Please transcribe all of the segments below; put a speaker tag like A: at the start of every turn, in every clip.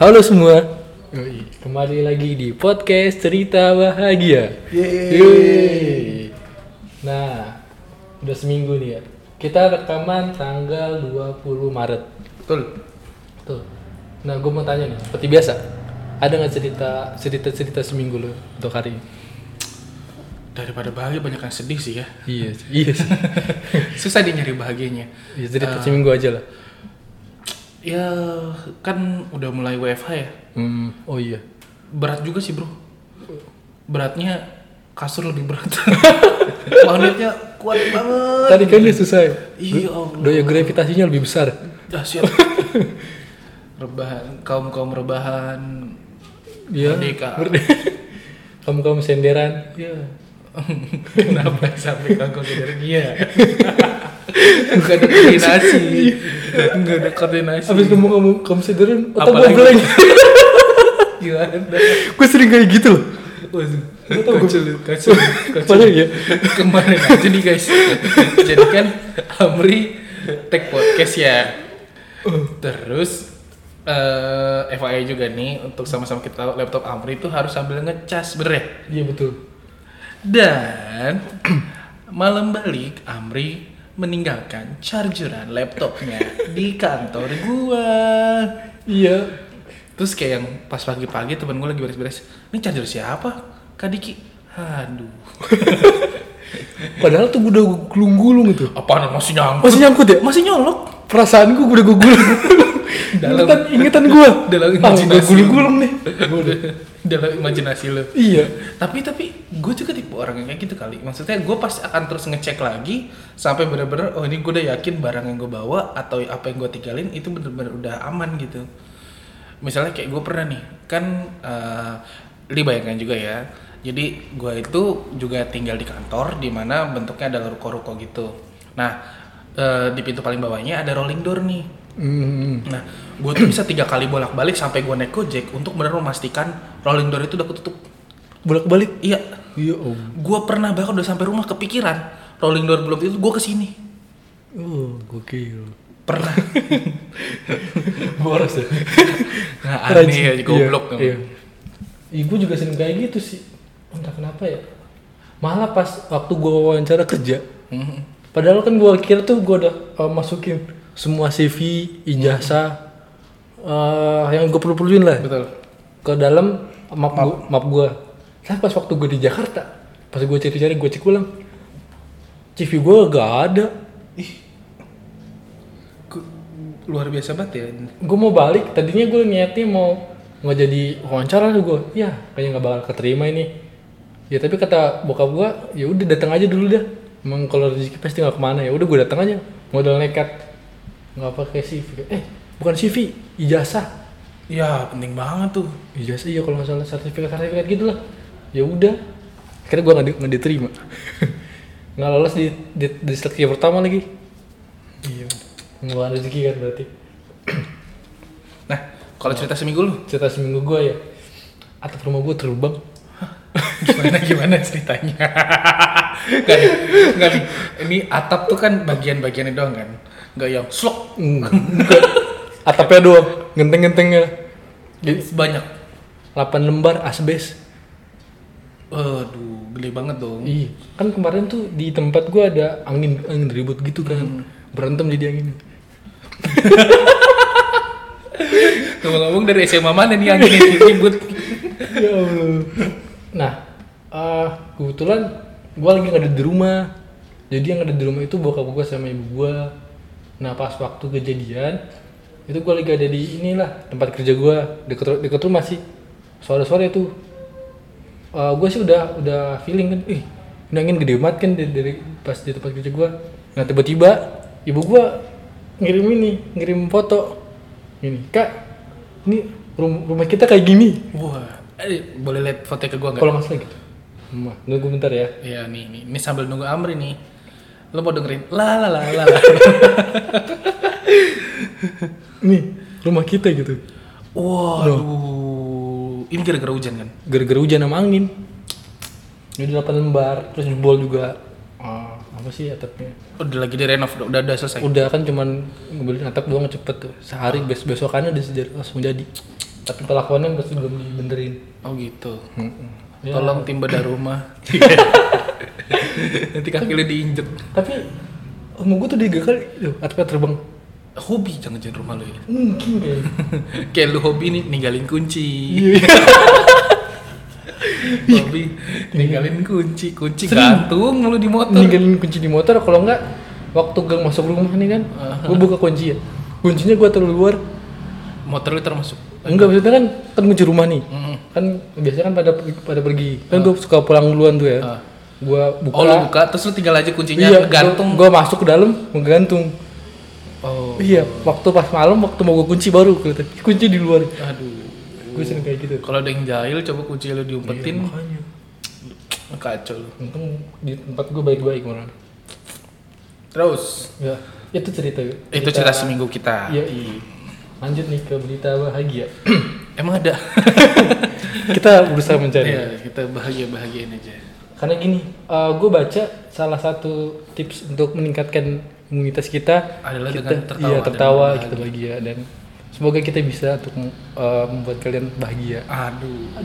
A: Halo semua, kembali lagi di podcast cerita bahagia. Yeay. Nah, udah seminggu nih ya. Kita rekaman tanggal 20 Maret.
B: Betul.
A: Tuh. Nah, gue mau tanya nih, seperti biasa, ada nggak cerita cerita cerita seminggu lo untuk hari ini?
B: Daripada bahagia banyak yang sedih sih ya.
A: Iya, sih, iya. sih.
B: Susah dia nyari bahagianya.
A: Iya,
B: Ah.
A: cerita seminggu aja lah.
B: Ya kan udah mulai WFH ya.
A: Hmm, oh iya.
B: Berat juga sih bro. Beratnya kasur lebih berat. Magnetnya kuat banget.
A: Tadi kan dia susah. ya?
B: Iya Allah.
A: Daya gravitasinya lebih besar.
B: Dahsyat. Ah, rebahan kaum kaum rebahan.
A: Iya.
B: Merdeka.
A: Kamu kamu senderan. Iya.
B: Kenapa sampai kagak ya? dari dia? Bukan ada koordinasi. Enggak ada koordinasi.
A: Abis kamu kamu kamu senderan, otak gue
B: Apalagi?
A: blank.
B: Gimana?
A: gue sering kayak gitu loh.
B: Waduh,
A: Gak tau gua-
B: kacau, kacau, kacau.
A: Padahal ya.
B: Kemarin aja nih guys. Jadi kan Amri tag podcast ya. Terus eh FYI juga nih untuk sama-sama kita tahu laptop Amri itu harus sambil ngecas bener ya?
A: Iya betul.
B: Dan malam balik Amri meninggalkan chargeran laptopnya di kantor gua.
A: Iya.
B: Terus kayak yang pas pagi-pagi temen gua lagi beres-beres, ini charger siapa? Kadiki. Aduh.
A: Padahal tuh gua udah gulung-gulung itu.
B: Apaan masih nyangkut?
A: Masih nyangkut ya?
B: Masih nyolok.
A: Perasaan gua udah gue gulung.
B: Dalam-
A: ingetan, ingetan gue.
B: dalam
A: gue
B: imajinasi.
A: gulung-gulung nih. Gua udah-
B: Dalam imajinasi lo.
A: Iya.
B: Tapi tapi gue juga tipe orang yang kayak gitu kali. Maksudnya gue pasti akan terus ngecek lagi sampai bener-bener oh ini gue udah yakin barang yang gue bawa atau apa yang gue tinggalin itu bener-bener udah aman gitu. Misalnya kayak gue pernah nih kan eh li bayangkan juga ya. Jadi gue itu juga tinggal di kantor di mana bentuknya ada ruko-ruko gitu. Nah eh, di pintu paling bawahnya ada rolling door nih.
A: Hmm.
B: Nah, gue tuh bisa tiga kali bolak-balik sampai gue naik gojek untuk benar memastikan rolling door itu udah ketutup.
A: Bolak-balik.
B: Iya,
A: Iya om.
B: gue pernah bahkan udah sampai rumah kepikiran rolling door belum itu gue kesini.
A: Oh, gokil.
B: Pernah.
A: Boros ya.
B: nah,
A: Rajin.
B: aneh ya, goblok.
A: Iya. iya. gue juga sering kayak gitu sih. Entah kenapa ya. Malah pas waktu gue wawancara kerja,
B: Mhm.
A: padahal kan gue kira tuh gue udah uh, masukin semua CV, ijazah, eh, yang gue perlu-perluin lah
B: Betul.
A: ke dalam map gua- map gue. Tapi pas waktu gue di Jakarta, pas gue cari-cari gue cek ulang, CV gue gak ada.
B: Gu- luar biasa banget ya.
A: gue mau balik tadinya gue niatnya mau nggak jadi wawancara tuh gue ya kayaknya nggak bakal keterima ini ya tapi kata bokap gue ya udah datang aja dulu dah emang kalau rezeki pasti nggak kemana ya udah gue datang aja modal nekat nggak pakai CV eh bukan CV ijazah
B: Ya penting banget tuh.
A: ijazah iya kalau nggak salah sertifikat sertifikat gitulah ya udah akhirnya gue nggak di- nggak diterima nggak lolos di, di, di seleksi pertama lagi
B: Iya.
A: nggak ada rezeki kan berarti
B: Nah, kalau cerita seminggu lu
A: cerita seminggu gue ya atap rumah gue terbang
B: gimana gimana ceritanya? kan, kan, ini atap tuh kan bagian-bagiannya doang kan. Gak yang slok
A: Enggak. Atapnya doang, genteng-gentengnya. Jadi
B: banyak
A: 8 lembar asbes.
B: Aduh, gede banget dong.
A: Iya. Kan kemarin tuh di tempat gua ada angin angin ribut gitu kan. Berantem jadi angin.
B: Ngomong-ngomong dari SMA mana nih angin yang ribut?
A: ya Allah. Nah, eh, kebetulan gua lagi nggak ada di rumah. Jadi yang ada di rumah itu bokap gua sama ibu gua. Nah, pas waktu kejadian itu gua lagi ada di inilah tempat kerja gua deket deket rumah sih. Sore-sore tuh Eh, gue sih udah udah feeling kan, ih ini angin gede banget kan dari, dari pas di tempat kerja gue. Nah tiba-tiba ibu gue ngirim ini, ngirim foto. Ini kak, ini rum- rumah kita kayak gini.
B: Wah, eh, boleh lihat foto ke gua nggak?
A: Kalau nggak salah gitu. Mah, nunggu bentar ya.
B: Iya nih, nih, ini sambil nunggu Amri nih. Lo mau dengerin? La la la la. la.
A: Nih, rumah kita gitu.
B: Waduh, ini gara-gara hujan kan?
A: Gara-gara hujan sama angin. Ini udah 8 lembar, terus jebol juga. Ah, apa sih atapnya?
B: Oh, Udah lagi direnov, udah, udah, udah selesai.
A: Udah kan cuman ngebeliin atap doang cepet tuh. Sehari bes besokannya udah jadi- langsung jadi. tapi pelakuannya pasti belum dibenerin
B: Oh gitu.
A: Ya.
B: Tolong tim bedah rumah. Nanti kaki lu diinjek.
A: tapi umur gue tuh tiga kali loh atapnya terbang
B: Hobi jangan-jangan rumah lu ya.
A: mungkin kayak
B: Kayak lu hobi nih ninggalin kunci.
A: iya
B: hobi ninggalin kunci, kunci
A: Sering.
B: gantung mulu di motor.
A: ninggalin kunci di motor kalau enggak waktu gang masuk rumah nih kan gue buka kunci ya kuncinya gue taruh luar
B: Motor lu termasuk.
A: enggak maksudnya kan kan kunci rumah nih
B: Mm-mm.
A: kan biasanya kan pada pada pergi kan gue suka pulang duluan tuh ya
B: Ah.
A: gue buka
B: Oh lu buka terus lu tinggal aja kuncinya
A: iya
B: gantung.
A: gue masuk ke dalam menggantung
B: Oh.
A: iya waktu pas malam waktu mau gue kunci baru kelihatan kunci di luar
B: Aduh.
A: gue sering kayak gitu
B: Kalau ada yang jahil coba kunci
A: Iya,
B: lu diumpetin kacau lu.
A: untung di tempat gue baik-baik malah
B: Terus
A: ya itu cerita
B: itu cerita seminggu kita.
A: Iya, iya. lanjut nih ke berita bahagia
B: Emang ada.
A: kita berusaha mencari
B: Iya, kita bahagia-bahagiain aja.
A: karena gini gue baca salah satu tips untuk meningkatkan imunitas kita
B: Adalah
A: kita,
B: dengan tertawa
A: iya,
B: dan
A: tertawa
B: bahagia.
A: kita bahagia dan semoga kita bisa untuk eh, membuat kalian bahagia
B: Aduh. Uh,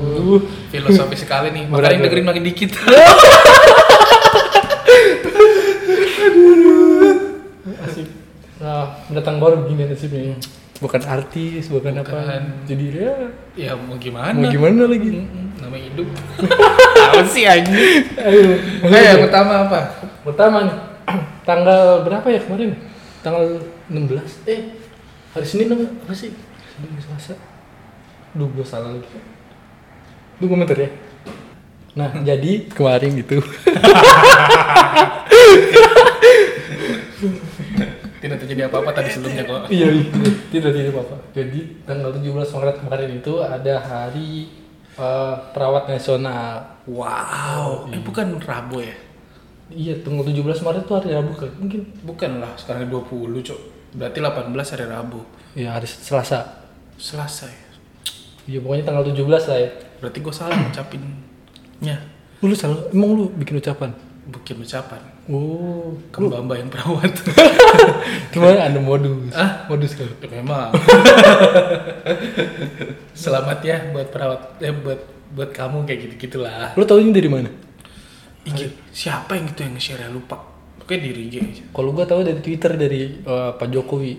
A: aduh
B: Filosofi sekali nih.
A: Berat,
B: Makanya
A: berat.
B: dengerin makin dikit.
A: asik nah mendatang baru begini nasibnya ya. bukan artis bukan,
B: Bukan. Hmm.
A: apa jadi ya
B: ya
A: mau
B: mau gimana?
A: gimana lagi
B: Namanya hidup. Apa sih anjing?
A: ayo
B: Oke, yang pertama apa?
A: pertama nih tanggal berapa ya kemarin tanggal 16 eh hari Senin apa, apa sih Senin hari Selasa duh gue salah lagi lu komentar ya nah jadi kemarin gitu
B: Tidak terjadi apa-apa tadi sebelumnya kok.
A: iya iya. tidak tidak apa jadi tanggal 17 Maret kemarin itu ada hari eh, perawat nasional
B: Wow. Eh bukan Rabu ya?
A: iya tanggal 17 Maret itu hari Rabu kan mungkin
B: Bukan lah, sekarang 20, Cok. Berarti 18 hari Rabu.
A: ya hari Selasa
B: Selasa ya.
A: iya pokoknya tanggal 17 lah ya
B: Berarti gue salah ngucapinnya.
A: lu salah emang lu bikin ucapan
B: Bukan ucapan.
A: oh
B: Kembamba yang perawat.
A: Cuma ada modus.
B: Ah?
A: Modus kan.
B: Ya, Memang. Selamat ya buat perawat eh buat buat kamu kayak gitu-gitulah.
A: Lu taunya dari mana?
B: IG. Siapa yang itu yang nge-share ya? lupa. Oke diri IG aja.
A: Kalau gua tahu dari Twitter dari eh, Pak Jokowi.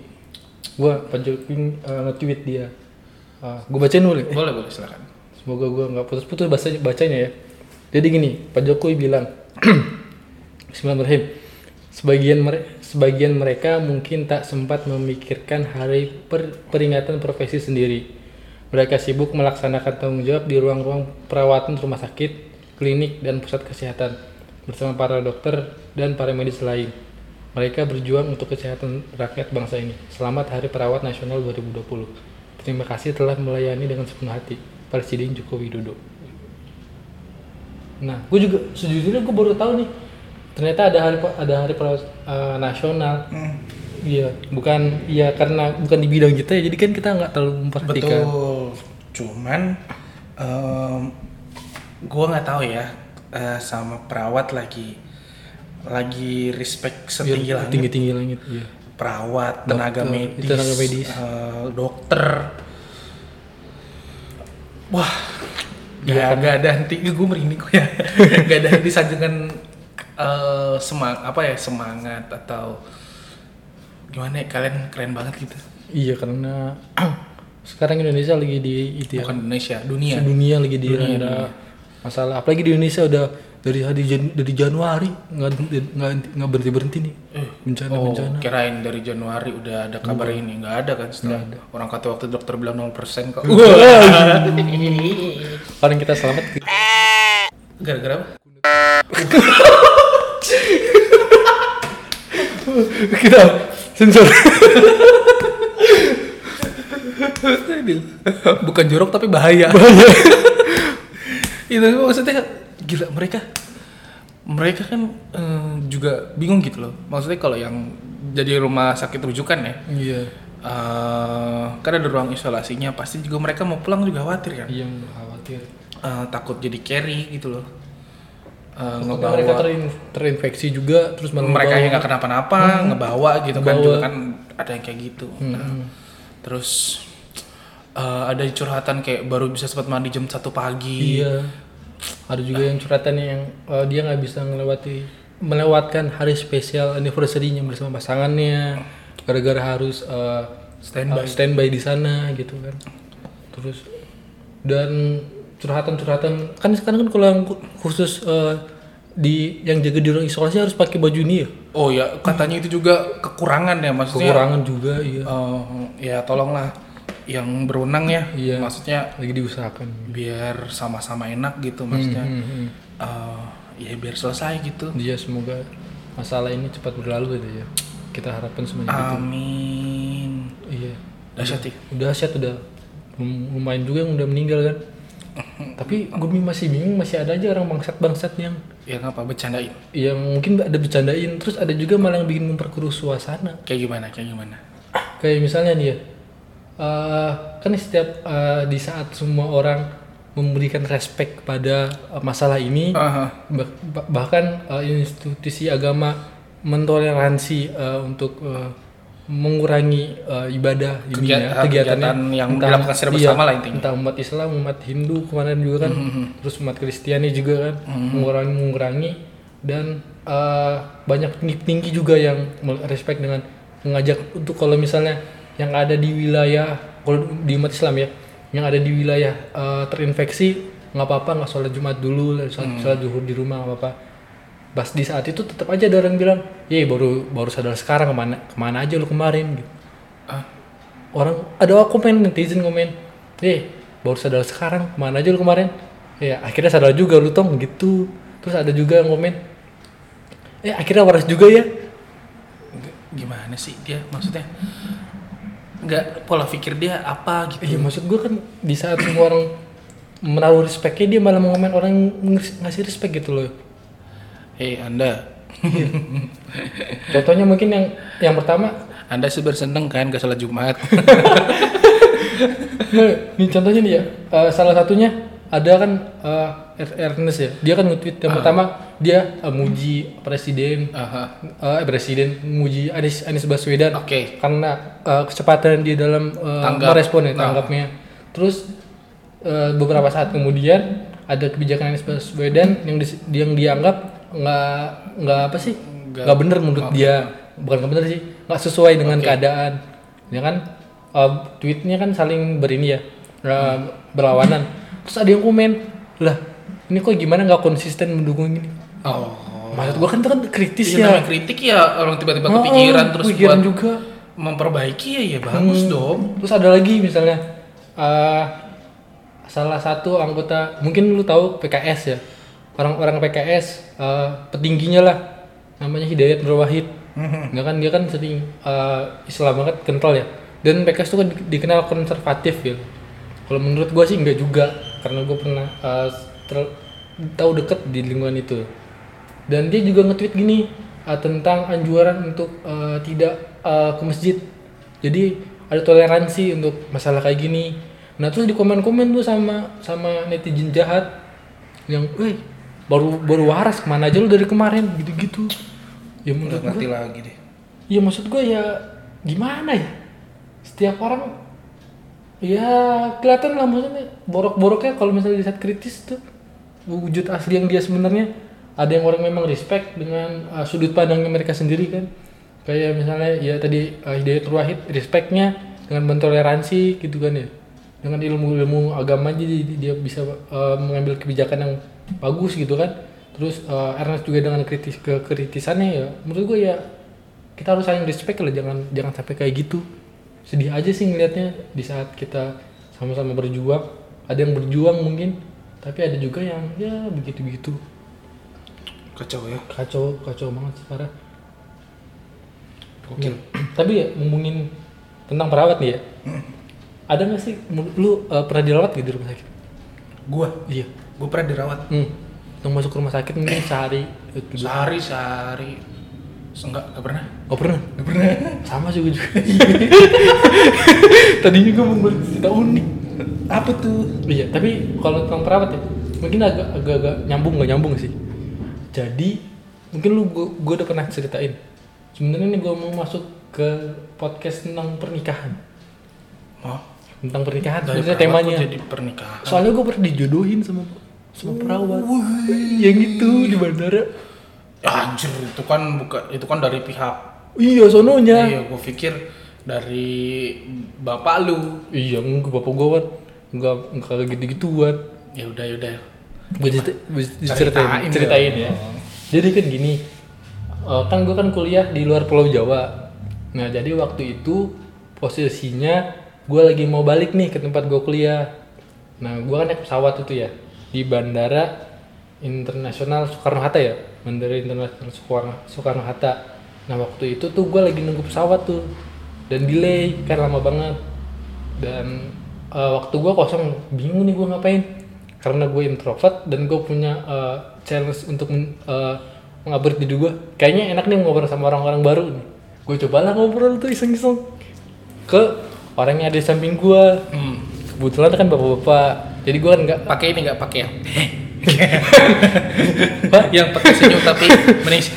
A: Gua Pak Jokowi eh, nge-tweet dia. Eh, gua bacain dulu. ya. Eh,
B: Boleh boleh silakan.
A: semoga gua nggak putus-putus bacanya, bacanya ya. Jadi gini, Pak Jokowi bilang Bismillahirrahmanirrahim. Sebagian mere- sebagian mereka mungkin tak sempat memikirkan hari per- peringatan profesi sendiri. Mereka sibuk melaksanakan tanggung jawab di ruang-ruang perawatan rumah sakit, klinik, dan pusat kesehatan bersama para dokter dan para medis lain. Mereka berjuang untuk kesehatan rakyat bangsa ini. Selamat Hari Perawat Nasional 2020. Terima kasih telah melayani dengan sepenuh hati. Presiden Joko Widodo. Nah, gue juga sejujurnya gue baru tahu nih ternyata ada hari ada hari perawat eh, nasional. Iya, bukan iya karena bukan di bidang kita ya, jadi kan kita nggak terlalu memperhatikan.
B: Betul. Cuman em, gua nggak tahu ya eh, sama perawat lagi lagi respect setinggi langit
A: tinggi tinggi langit. Iya.
B: perawat, tenaga
A: Dokter,
B: medis,
A: tenaga medis.
B: eh, dokter. Wah,
A: Iya,
B: gak, gak ada henti. Gue merinding kok ya. gak ada henti sanjungan eh semang apa ya semangat atau gimana ya kalian keren banget gitu.
A: Iya karena sekarang Indonesia lagi di itu ya.
B: Bukan Indonesia, dunia.
A: Dunia lagi di
B: Dunia,
A: ada masalah. Apalagi di Indonesia udah dari hari Jan- dari Januari nggak nggak nggak berhenti berhenti nih bencana
B: Oh,
A: bencana.
B: kirain dari Januari udah ada kabar ini. Nggak ada kan setelah orang kata waktu dokter bilang 0% kok.
A: Paling kita selamat
B: Gara-gara apa?
A: kita sensor.
B: Bukan jorok tapi bahaya. itu maksudnya gila mereka. Mereka kan eh, juga bingung gitu loh. Maksudnya kalau yang jadi rumah sakit rujukan ya,
A: Iya.
B: eh kan ada ruang isolasinya. Pasti juga mereka mau pulang juga khawatir kan.
A: Iya khawatir.
B: Eh, takut jadi carry gitu loh. Eh,
A: Ngebawa. Mereka
B: ngebawa
A: terin- terinfeksi juga terus malah
B: mereka
A: ngebawa.
B: yang
A: Hmm.
B: nggak kenapa-napa ngebawa gitu kan
A: Ngebawa. Hmm.
B: juga kan ada yang kayak gitu. Nah, terus eh, ada curhatan kayak baru bisa sempat mandi jam satu pagi
A: Iya. Ada juga yang curhatannya yang eh, dia nggak bisa melewati melewatkan hari spesial anniversary-nya bersama pasangannya gara-gara harus eh,
B: Standby.
A: eh, standby di sana gitu kan. Terus dan curhatan-curhatan kan sekarang kan kalau yang ku- khusus eh, di yang jaga di ruang isolasi harus pakai baju ini ya.
B: oh ya katanya itu juga kekurangan ya maksudnya
A: Kekurangan juga iya.
B: eh, ya tolonglah yang berwenang ya
A: Iya.
B: maksudnya
A: Lagi diusahakan.
B: biar sama-sama enak gitu maksudnya
A: Hmm, hmm.
B: Eh, ya biar selesai gitu
A: Iya semoga masalah ini cepat berlalu gitu ya. Kita harapkan semuanya gitu.
B: amin
A: Iya.
B: dahsyat ya.
A: Udah asyat udah lum- lumayan juga yang udah meninggal kan. Tapi gue masih bingung masih ada aja orang bangsat-bangsat yang
B: ya apa bercandain
A: yang mungkin ada bercandain terus ada juga malah yang bikin memperkeruh suasana.
B: kayak gimana kayak gimana
A: Kayak misalnya nih ya. eh, kan setiap eh, di saat semua orang memberikan respek kepada eh, masalah ini
B: Aha.
A: Bah- bah- bahkan eh, institusi agama mentoleransi eh, untuk eh, mengurangi eh, ibadah
B: Kegiat-
A: ininya,
B: hal- kegiatan yang dilakukan
A: iya.
B: secara bersama lah intinya.
A: entah umat Islam umat Hindu kemarin juga kan terus umat Kristiani juga kan mengurangi mengurangi dan eh, banyak tinggi-tinggi juga yang mel- respect dengan mengajak untuk kalau misalnya yang ada di wilayah kalau di umat Islam ya yang ada di wilayah eh, terinfeksi nggak apa-apa nggak sholat Jumat dulu sholat, sholat zuhur di rumah nggak apa-apa pas di saat itu tetap aja ada orang bilang ye baru baru sadar sekarang kemana kemana aja lu kemarin gitu
B: Ah,
A: orang ada komen netizen komen eh baru sadar sekarang kemana aja lu kemarin ya akhirnya sadar juga lu tong gitu terus ada juga yang komen eh akhirnya waras juga ya
B: gimana sih dia maksudnya nggak pola pikir dia apa
A: iya
B: gitu
A: maksud gue kan di saat semua orang menaruh respectnya dia malah mau komen orang yang ngeris- ngasih respect gitu loh
B: hei anda
A: contohnya mungkin yang yang pertama
B: anda sih berseneng kan gak salat jumat
A: Nah, ini contohnya nih ya, eh, salah satunya ada kan eh, Er- Ernest ya, dia kan nge-tweet yang pertama dia eh, muji presiden,
B: Aha.
A: eh, presiden muji Anies Anies Baswedan
B: oke
A: karena eh, kecepatan dia dalam eh,
B: Tanggap.
A: merespon ya
B: Nah.
A: tanggapnya. Terus eh, beberapa saat kemudian ada kebijakan Anies Baswedan yang dis- yang dianggap nggak nggak apa sih
B: Nggak-
A: nggak bener menurut dia bukan nggak bener sih nggak sesuai dengan keadaan ya kan eh, tweetnya kan saling berini ya eh, berlawanan terus ada yang komen lah ini kok gimana nggak konsisten mendukung ini
B: oh
A: maksud gua kan itu kan kritis
B: Iya,
A: ya
B: namanya kritik ya orang tiba-tiba
A: Oh,
B: kepikiran terus
A: kepikiran
B: buat
A: juga Oh,
B: memperbaiki ya ya bagus dong.
A: Terus ada lagi misalnya eh, salah satu anggota mungkin lu tahu PKS ya orang-orang PKS eh, petingginya lah namanya Hidayat Nur Wahid. Ya kan dia kan sering eh, Islam banget kental ya. Dan PKS itu kan di- dikenal konservatif ya. Kalau menurut gua sih enggak juga karena gue pernah eh, ter- tahu deket di lingkungan itu. Dan dia juga nge-tweet gini eh, tentang anjuran untuk eh, tidak eh, ke masjid jadi ada toleransi untuk masalah kayak gini nah terus di komen komen tuh sama sama netizen jahat yang eh baru baru waras kemana aja lu dari kemarin gitu gitu ya menurut
B: Nggak
A: gue
B: ngerti lagi deh.
A: ya maksud gue ya gimana ya setiap orang ya kelihatan lah maksudnya borok-boroknya kalau misalnya di saat kritis tuh wujud asli yang dia sebenarnya ada yang orang memang respect dengan uh, sudut pandangnya mereka sendiri kan kayak misalnya ya tadi uh, Hidayat Wahid respectnya dengan mentoleransi gitu kan ya dengan ilmu-ilmu agama jadi dia bisa uh, mengambil kebijakan yang bagus gitu kan terus uh, Ernest juga dengan kritis kekritisannya ya menurut gue ya kita harus saling respect lah jangan jangan sampai kayak gitu sedih aja sih ngelihatnya di saat kita sama-sama berjuang ada yang berjuang mungkin tapi ada juga yang ya begitu begitu
B: Kacau ya.
A: kacau kacau banget sih parah
B: Gokil.
A: tapi ya, ngomongin tentang perawat nih ya ada nggak sih menurut lu eh, pernah dirawat gitu di rumah sakit
B: Gua,
A: iya
B: gua pernah dirawat
A: hmm. yang masuk ke rumah sakit mungkin sehari eh, dua-
B: sehari sehari. Enggak, enggak pernah.
A: Oh pernah? pernah Sama sih gue juga Tadinya gue mau buat cerita unik
B: Apa tuh?
A: Iya, tapi kalau tentang perawat ya Mungkin agak, agak, agak nyambung gak nyambung sih Jadi Mungkin lu gue udah pernah ceritain Sebenarnya nih gue mau masuk ke podcast tentang pernikahan
B: Oh,
A: tentang pernikahan
B: Dari
A: sebenarnya
B: perawat
A: temanya.
B: kok jadi pernikahan
A: Soalnya gue pernah dijodohin sama sama perawat. Yang itu di bandara.
B: anjir itu kan bukan itu kan dari pihak
A: Iya, sononya.
B: iya gue pikir dari bapak lu
A: Iya, enggak bapak gue kan enggak enggak gitu-gituan.
B: ya udah ya udah
A: Gue
B: Ceritain
A: diceritain,
B: dong.
A: ceritain ya. Jadi kan gini, eh, kan gue kan kuliah di luar Pulau Jawa. Nah, jadi waktu itu posisinya gue lagi mau balik nih ke tempat gue kuliah. Nah, gue kan naik pesawat itu ya di bandara internasional Soekarno Hatta ya, bandara internasional Soekarno Soekarno Hatta. Nah, waktu itu tuh gue lagi nunggu pesawat tuh dan delay karena lama banget. Dan eh, waktu gue kosong, bingung nih gue ngapain karena gue introvert dan gue punya eh, challenge untuk men- eh, mengupgrade diri gue kayaknya enak nih ngobrol sama orang-orang baru nih gue cobalah ngobrol tuh iseng-iseng ke orang yang ada di samping gue kebetulan kan bapak-bapak jadi gue kan nggak
B: Hmm. pakai ini nggak pakai yang
A: Pak,
B: yang pakai senyum tapi menis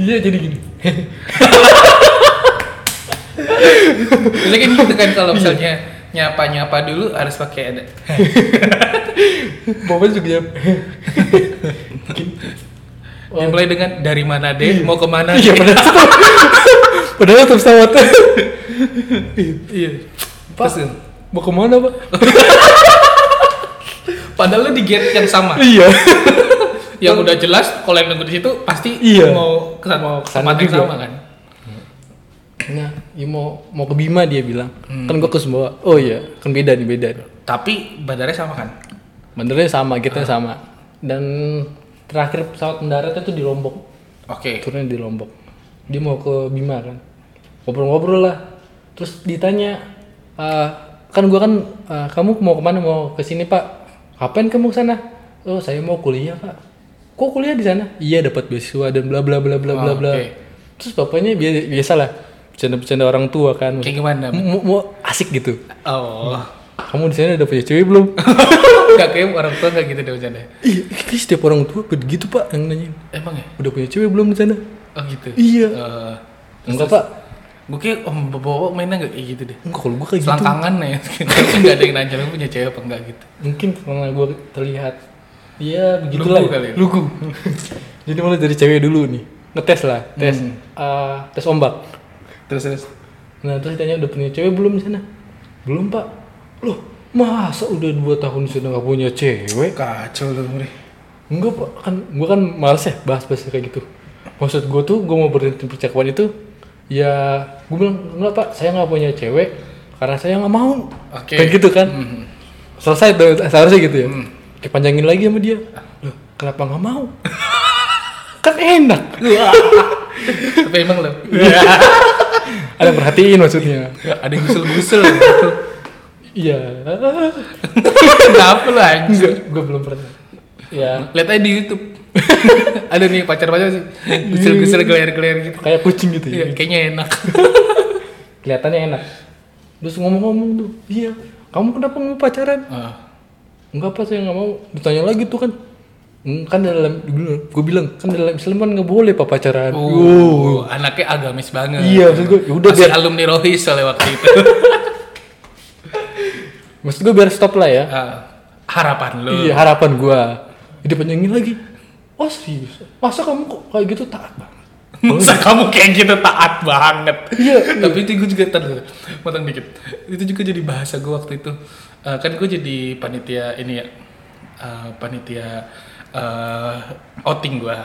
A: iya jadi gini
B: Biasanya kan gitu kan
A: Iya.
B: kalau misalnya nyapa-nyapa dulu harus pakai ada
A: bapak juga diam.
B: dimulai dengan dari mana deh mau kemana
A: iya padahal tetap padahal tetap pesawat
B: iya
A: pak
B: Terus,
A: mau kemana pak
B: padahal lu di gate yang sama
A: iya
B: yang udah jelas kalau yang nunggu di situ pasti
A: Iya.
B: mau kesan mau
A: kesana
B: kesempatan yang
A: juga.
B: sama kan
A: nah ya mau mau ke Bima dia bilang kan gue ke Sumbawa oh iya kan beda nih beda
B: tapi bandaranya sama kan
A: Benernya sama, kita sama. Dan terakhir pesawat mendarat itu di Lombok.
B: oke
A: Turunnya di Lombok. Dia mau ke Bima kan. Ngobrol-ngobrol lah. Terus ditanya, "Eh, kan gua kan, eh, kamu mau kemana? Mau ke sini pak? Kapan kamu ke sana? Oh saya mau kuliah pak. Kok kuliah di sana? Iya dapat beasiswa dan bla bla bla bla bla
B: Oh,
A: bla.
B: oke.
A: Terus bapaknya biasa, biasa lah, bercanda-bercanda orang tua kan.
B: kayak gimana
A: Mau- mau asik gitu.
B: oh
A: Kamu di sana udah punya cewek belum?
B: nggak kayak orang tua nggak gitu deh bercanda
A: Iya, kayaknya setiap orang tua begitu pak yang nanya.
B: emang ya
A: Udah punya cewek belum di sana?
B: oh gitu
A: Iya.
B: Eh,
A: Enggak pak.
B: gue kayak om bawa "Oh, mainnya nggak kayak gitu deh
A: Enggak kalau gue kayak gitu.
B: selangkangan ya tapi nggak ada yang nanya lu punya cewek apa enggak gitu
A: Mungkin karena gue terlihat. Iya begitulah.
B: Lugu kali ya?
A: Lugu. Jadi mulai dari cewek dulu nih. Ngetes lah. Tes.
B: Hmm.
A: eh, tes ombak.
B: terus terus
A: Nah terus ditanya udah punya cewek belum di sana? Belum pak. Loh masa udah dua tahun di sana gak punya cewek?
B: kacau lu Muri.
A: Enggak pak, kan gue kan males ya bahas bahas kayak gitu. Maksud gue tuh gue mau berhenti percakapan itu, ya gue bilang enggak pak, saya nggak punya cewek karena saya nggak mau.
B: Oke.
A: Kayak gitu kan. Selesai tuh, seharusnya gitu ya.
B: Hmm.
A: Dipanjangin lagi sama dia. Loh, kenapa nggak mau? kan enak.
B: tapi emang lu
A: Iya. Ada yang perhatiin maksudnya.
B: ada yang gusul gusul
A: Iya.
B: kenapa lu anjir
A: Enggak, gue belum pernah. Ya,
B: lihat aja di YouTube ada nih pacar pacar sih gusul gusul geler geler gitu
A: kayak kucing gitu ya.
B: Iya, kayaknya enak
A: Kelihatannya enak. Terus ngomong-ngomong tuh, iya. Kamu kenapa mau pacaran?
B: Ah.
A: enggak apa saya nggak mau ditanya lagi tuh kan "Hmm, kan dalam gue bilang kan dalam Islam kan nggak boleh pak pacaran Wow.
B: Oh, anaknya agamis banget.
A: Uh. Iya, maksud gue, yaudah
B: Masih
A: biar-
B: alumni Rohis soalnya waktu itu.
A: maksud gue biar stop lah ya
B: Ah, harapan lu.
A: iya harapan gue jadi panjangin lagi oh serius masa kamu kok kayak gitu taat banget
B: Masa kamu kayak gitu taat banget.
A: Oh, Iya,
B: Tapi itu gue juga terus potong dikit. Itu juga jadi bahasa gue waktu itu. Eh, kan gue jadi panitia ini ya. eh, panitia eh, outing gue.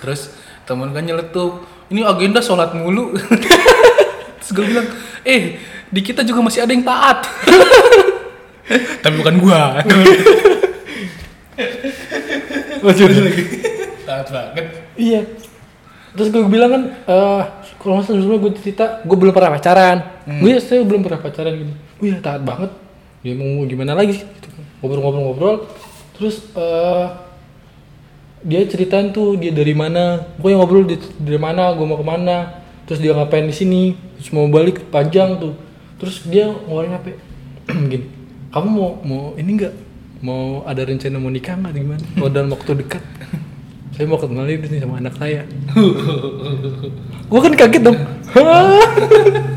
B: Terus temen gue nyeletuk, ini agenda sholat mulu. Terus gue bilang, eh di kita juga masih ada yang taat. Tapi bukan gua.
A: Oh, Maksudnya,
B: taat banget.
A: iya terus gue bilang kan eh kalau masa sebelumnya gue cerita gue belum pernah pacaran gue saya belum pernah pacaran gitu wih taat banget ya mau gimana lagi gitu. ngobrol-ngobrol-ngobrol terus eh dia ceritain tuh dia dari mana gue yang ngobrol dia dari mana gue mau kemana terus dia ngapain di sini terus mau balik panjang tuh terus dia ngeluarin apa ya? gini kamu mau mau ini nggak mau ada rencana mau nikah nggak gimana mau dalam waktu dekat saya mau kenalin ini sama anak saya gue kan kaget dong Hah?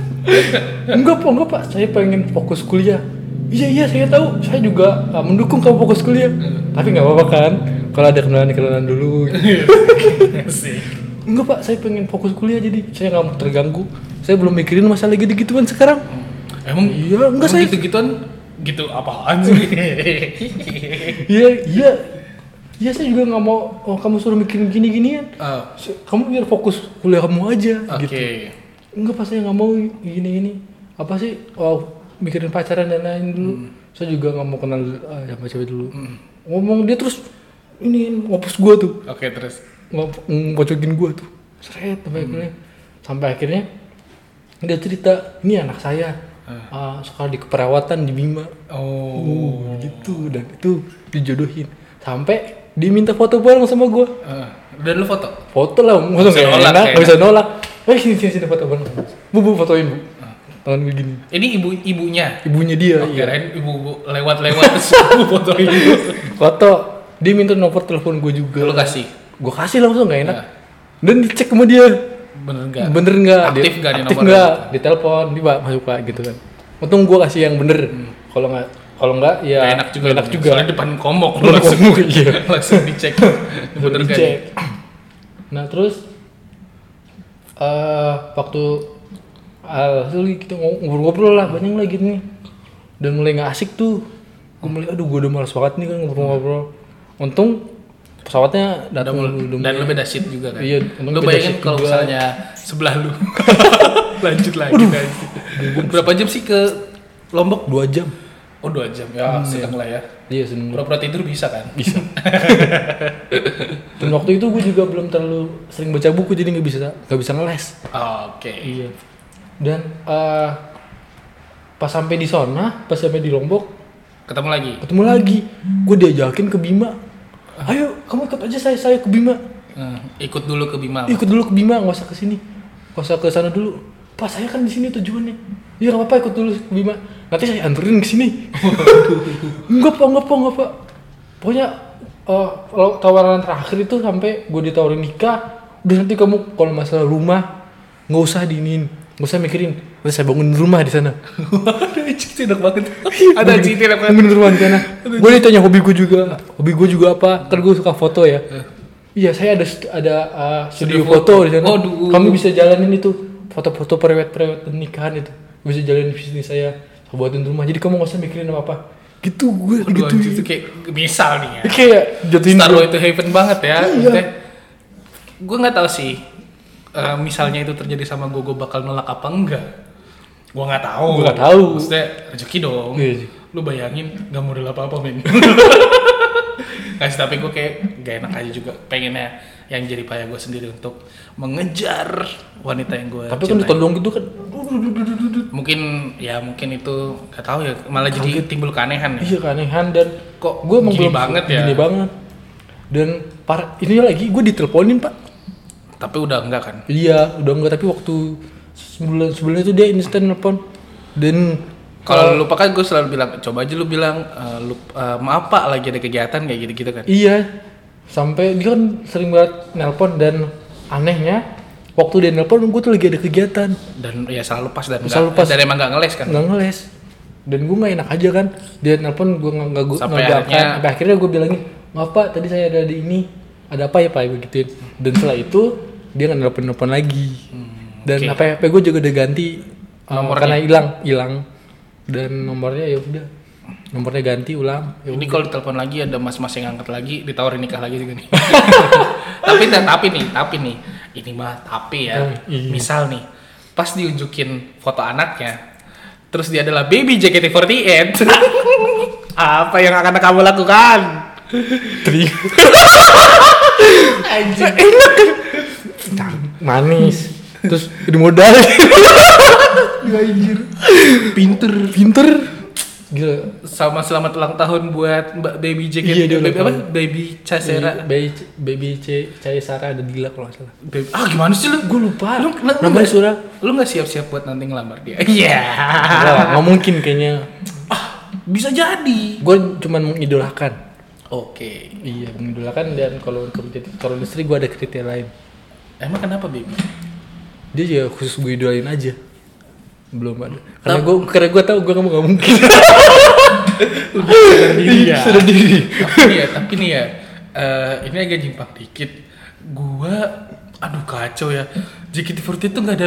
A: enggak pak enggak pak saya pengen fokus kuliah iya iya saya tahu saya juga uh, mendukung kamu fokus kuliah tapi nggak apa-apa kan kalau ada kenalan kenalan dulu
B: sih
A: enggak pak saya pengen fokus kuliah jadi saya nggak mau terganggu saya belum mikirin masalah gitu gituan sekarang
B: emang
A: Iya, enggak,
B: emang
A: saya-
B: gitu-gituan gitu apaan sih
A: iya iya iya saya juga nggak mau oh, kamu suruh mikirin gini ginian
B: Ah,
A: kamu biar fokus kuliah kamu aja
B: oke
A: gitu enggak pas saya nggak mau gini gini apa sih oh mikirin pacaran dan lain dulu saya juga nggak mau kenal ah, sama cewek dulu ngomong dia terus ini ngopus gua tuh
B: oke terus
A: ngop- ngocokin gua tuh seret sampai akhirnya sampai akhirnya dia cerita ini anak saya ah, suka di keperawatan di Bima
B: oh
A: oh gitu dan itu dijodohin sampai diminta foto bareng sama gua
B: Ah, udah lu foto
A: foto lah masa
B: Bisa
A: nggak
B: nolak,
A: enak
B: kayak
A: nggak bisa nolak eh sini sini sini foto bareng bu bu fotoin bu tangan gue gini
B: ini ibu ibunya Oh,
A: ibunya dia iya
B: kirain ibu, ibu lewat-lewat terus ibu fotoin
A: foto dia minta nomor telepon gue juga
B: lu kasih
A: gue kasih langsung nggak enak
B: Ya.
A: dan dicek sama dia
B: bener nggak
A: bener nggak
B: aktif
A: Dia-
B: nggak di
A: aktif
B: nomor
A: nggak di telepon di pak masuk pak gitu kan untung gue kasih yang bener kalau nggak kalau nggak ya
B: Hmm. Nggak enak juga
A: enak
B: lu.
A: juga
B: soalnya depan komok lu
A: Depan
B: langsung
A: komok, iya.
B: langsung dicek bener nggak
A: dicek nah terus eh waktu alhasil kita ngo- ngobrol-ngobrol lah banyak lah gitu nih dan mulai nggak asik tuh gue mulai aduh gue udah males banget nih kan ngobrol-ngobrol untung pesawatnya
B: dan,
A: datang dulu,
B: lu,
A: udah
B: dan lu
A: mulai.
B: beda shift juga kan
A: Iya, emang
B: lu
A: beda
B: bayangin
A: shift
B: kalau
A: juga.
B: misalnya sebelah lu lanjut lagi lanjut. berapa jam sih ke Lombok
A: dua jam
B: oh dua jam ya sedang lah ya
A: Hmm, iya seneng
B: pura-pura tidur bisa kan
A: bisa dan waktu itu gue juga belum terlalu sering baca buku jadi nggak bisa nggak bisa ngeles
B: oke
A: iya dan eh, pas sampai di sana pas sampai di lombok
B: ketemu lagi
A: ketemu lagi gue diajakin ke bima ayo kamu ikut aja saya saya ke bima
B: Hmm, ikut dulu ke Bima
A: ikut dulu ke bima nggak usah ke sini nggak usah ke sana dulu pas saya kan di sini tujuannya iya nggak apa-apa ikut dulu ke bima nanti saya anterin ke sini enggak pak enggak pak enggak pak pokoknya eh, kalau tawaran terakhir itu sampai gue ditawarin nikah udah nanti kamu kalau masalah rumah nggak usah diinin nggak usah mikirin udah saya bangun rumah di sana
B: ada anjing tidak banget ada anjing tidak banget
A: Iya, Bener rumah di sana. Gue ditanya hobi gue juga. Hobi gue juga apa? Kan gue suka foto ya. Iya, saya ada st- ada uh, studio
B: Eh. Studio
A: foto
B: foto.
A: di sana.
B: Waduh.
A: Kami bisa jalanin itu foto-foto perewet-perewet dan nikahan itu. Bisa jalanin bisnis saya, saya buatin rumah. Jadi kamu gak usah mikirin apa-apa. Gitu gue
B: Aduh,
A: gitu.
B: anjing itu kayak misal nih ya
A: Kayak jatuhin
B: Star
A: gue.
B: Wars itu heaven banget ya.
A: Iya.
B: gue nggak tahu sih. eh, misalnya itu terjadi sama gue, gue bakal nolak apa enggak? Gue nggak tahu.
A: Gua nggak tahu.
B: Maksudnya rezeki dong.
A: Iya sih.
B: Lu bayangin nggak modal apa apa men. Nggak sih, tapi gue kayak gak enak aja juga. Pengennya yang jadi payah gue sendiri untuk mengejar wanita yang gue
A: Tapi kan ditodong gitu kan.
B: mungkin ya mungkin itu nggak tahu ya malah jadi timbul keanehan ya
A: Iya keanehan dan
B: Kok
A: gue emang
B: gini
A: belum-
B: banget ya?
A: Gini banget. Dan par ini lagi gue diteleponin pak.
B: tapi udah enggak kan
A: Iya, udah enggak tapi waktu sebulan sebulan itu dia instan nelpon. Dan
B: Kalau lu lupa kan gue selalu bilang coba aja lu bilang eh, lu, eh, maaf pak lagi ada kegiatan kayak gitu gitu kan.
A: iya, sampai dia kan sering banget nelpon dan anehnya waktu dia nelpon gue tuh lagi ada kegiatan
B: Dan ya selalu pas dan
A: Selalu
B: nggak-
A: pas.
B: dan emang gak ngeles kan.
A: nggak ngeles dan gue nggak enak aja kan dia nelpon gue nggak nggak gue
B: Sampai
A: nggak jawab kan.
B: akhirnya-
A: sampai akhirnya gue bilangin maaf pak tadi saya ada di ini ada apa ya pak begituin dan setelah itu dia nggak nelpon nelpon lagi dan
B: Hmm, oke.
A: apa hp gue juga udah ganti uh,
B: Nomornya?
A: karena hilang hilang dan nomornya ya udah nomornya ganti ulang ya
B: Ini kalau ditelepon lagi ada mas-mas yang angkat lagi ditawarin nikah lagi juga nih. tapi tapi nih tapi nih ini mah tapi ya.
A: Oh, iya.
B: Misal nih pas diunjukin foto anaknya terus dia adalah baby JKT48 apa yang akan kamu lakukan?
A: terima
B: Anjing.
A: kan? manis terus di modal
B: Pinter.
A: pinter gila
B: sama selamat ulang tahun buat Mbak Baby JKT
A: Iya, dia ulang
B: baby, apa?
A: tahun. Iya.
B: baby Casera.
A: baby baby C Cahaya Sarah ada gila kalau nggak salah
B: Baby- ah gimana sih lu?
A: gue lupa
B: Lu, lu, lu,
A: namanya
B: gak,
A: Surah
B: lu gak siap-siap buat nanti ngelamar dia? Iya. Ah,
A: Nggak, nggak mungkin kayaknya
B: Bisa jadi.
A: gue cuman mengidolakan
B: Oke.
A: iya mengidolakan dan kalau untuk jadi calon istri gue ada kriteria lain ya
B: Emang kenapa baby?
A: dia juga khusus gue idolain aja belum ada karena gue karena gue tahu gue kamu nggak mungkin
B: diri ya.
A: sudah diri
B: tapi nih ya tapi nih ya eh, ini agak jimpang dikit gua aduh kacau ya JKT48 tuh nggak ada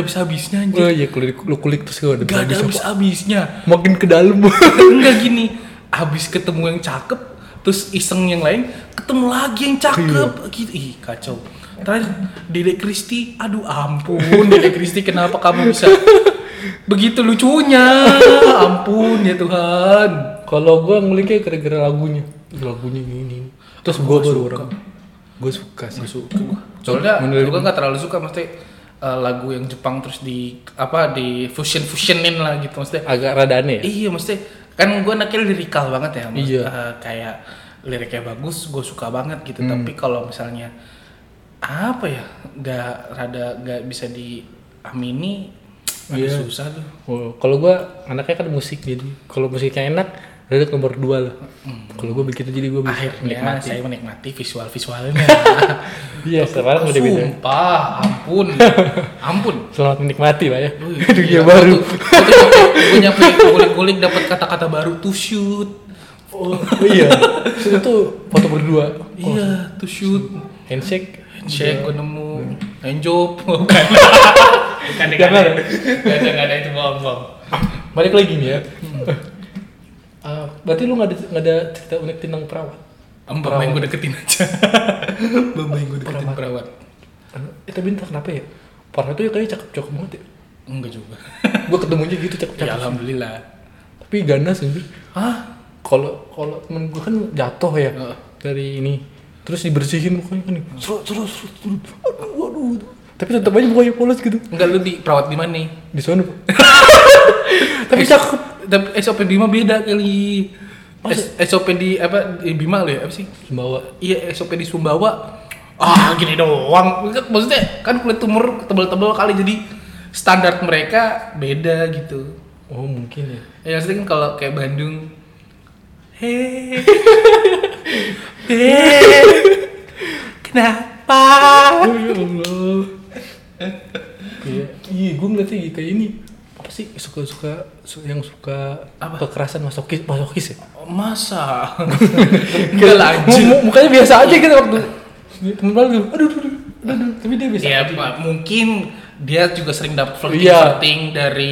A: oh
B: habis-habisnya anjir
A: iya kulik lu kulik terus gue ada
B: nggak ada
A: habis apa.
B: habis-habisnya
A: makin ke dalam
B: enggak gini habis ketemu yang cakep terus iseng yang lain ketemu lagi yang cakep gitu ih kacau terakhir Dede Kristi aduh ampun Dede Kristi kenapa kamu bisa begitu lucunya ampun ya Tuhan
A: kalau gue nguliknya gara-gara lagunya lagunya gini terus gue baru orang gue suka sih
B: suka gua. soalnya
A: Menurut
B: juga nggak terlalu suka maksudnya eh, lagu yang Jepang terus di apa di fusion fusionin lah gitu maksudnya
A: agak rada aneh ya
B: Iya mesti kan gue nakil lirikal banget ya, Mas.
A: Iya.
B: Eh, kayak liriknya bagus, gue suka banget gitu.
A: Hmm.
B: Tapi kalau misalnya apa ya, nggak rada nggak bisa diamini, agak
A: Iya.
B: susah tuh.
A: Oh, kalau gue anaknya kan musik jadi kalau musiknya enak rada nomor dua lah kalau gue begitu jadi gue bisa
B: Akhirnya
A: menikmati.
B: saya menikmati visual visualnya.
A: iya sekarang udah beda
B: Sumpah, ampun, ampun.
A: selamat menikmati lah ya
B: Wih,
A: dunia
B: iya,
A: baru
B: Itu, itu nyampe, gue nyampe kulik-kulik dapat kata-kata baru to shoot.
A: oh, iya itu tuh foto berdua
B: Iya, to shoot.
A: handshake
B: Handshake gue nemu. Handjob. Bukan. Iya. bukan
A: Jangan.
B: ada. Gak ada, gak ada itu bohong-bohong.
A: balik lagi nih ya
B: Iya.
A: Ah, berarti lu nggak ada nggak ada cerita unik tentang perawat
B: Mbak yang gue deketin aja. Mbak yang gue deketin perawat.
A: Eh, tapi entah kenapa ya perawat tuh ya kayaknya cakep cakep banget ya
B: Enggak juga.
A: gue ketemunya gitu cakep
B: Ya
A: cakep
B: alhamdulillah.
A: tapi ganas anjir
B: Hah?
A: kalau kalau temen gue kan jatuh ya
B: Heeh.
A: dari ini terus dibersihin mukanya kan serut serut serut serut aduh aduh aduh. tapi tetap aja mukanya polos gitu
B: Enggak lu di perawat di mana?
A: di sana Pak. tapi cakep
B: Tapi SOP Bima beda kali. S- SOP di apa di Bima lu ya apa sih?
A: bawa
B: Iya SOP di Sumbawa ah gini doang maksudnya kan kulit tumor tebel-tebel kali jadi standar mereka beda gitu
A: oh mungkin ya
B: ya maksudnya kan kalau kayak Bandung hei kenapa
A: oh ya allah iya iya gue ngeliatnya gitu, kayak ini apa sih suka suka su- yang suka
B: Apa?
A: kekerasan masokis masokis ya
B: masa enggak lah anjir.
A: Mu- mu- mukanya biasa aja gitu waktu temen malu aduh aduh aduh, aduh, aduh. tapi dia biasa
B: ya Pak, mungkin dia juga sering dapat flirting
A: Iya.
B: flirting dari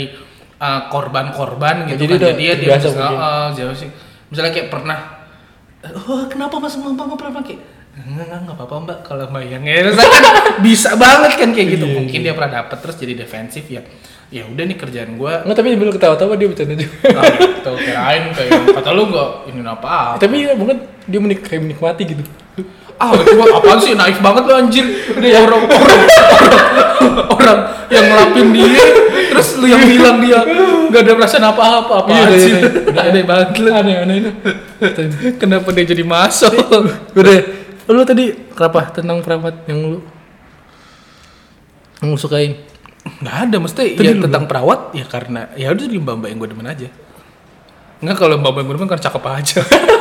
B: uh, korban-korban gitu
A: Jadi
B: kan
A: udah
B: jadi dia dia
A: terbiasa
B: bisa,
A: mungkin.
B: "Ah, jauh sih misalnya kayak pernah oh kenapa mas mbak mbak pernah pakai nggak nggak nggak apa-apa mbak kalau mbak yang Ya, terus kan bisa banget kan kayak gitu
A: Iya,
B: mungkin dia pernah dapat terus jadi defensif ya ya udah nih kerjaan gue
A: Enggak, tapi sambil ketawa-tawa dia bercanda juga.
B: tahu kirain kayak kata lu nggak ini apa
A: tapi ya mungkin dia menik kayak menikmati gitu.
B: ah cuma apaan sih naif banget lu anjir udah ya, orang, orang orang orang yang ngelapin dia terus lu yang bilang dia nggak ada perasaan apa-apa apa
A: Iya, iya,
B: sih
A: iya.
B: udah ada banget lu
A: Aneh-aneh itu.
B: kenapa dia jadi masuk
A: Udah, lu tadi kenapa tentang perawat yang lu yang lu sukain?
B: nggak ada mesti
A: Tadi
B: ya
A: lu
B: tentang perawat ya karena ya udah di mbak mbak yang gue demen aja nggak kalau mbak mbak yang gue demen karena cakep aja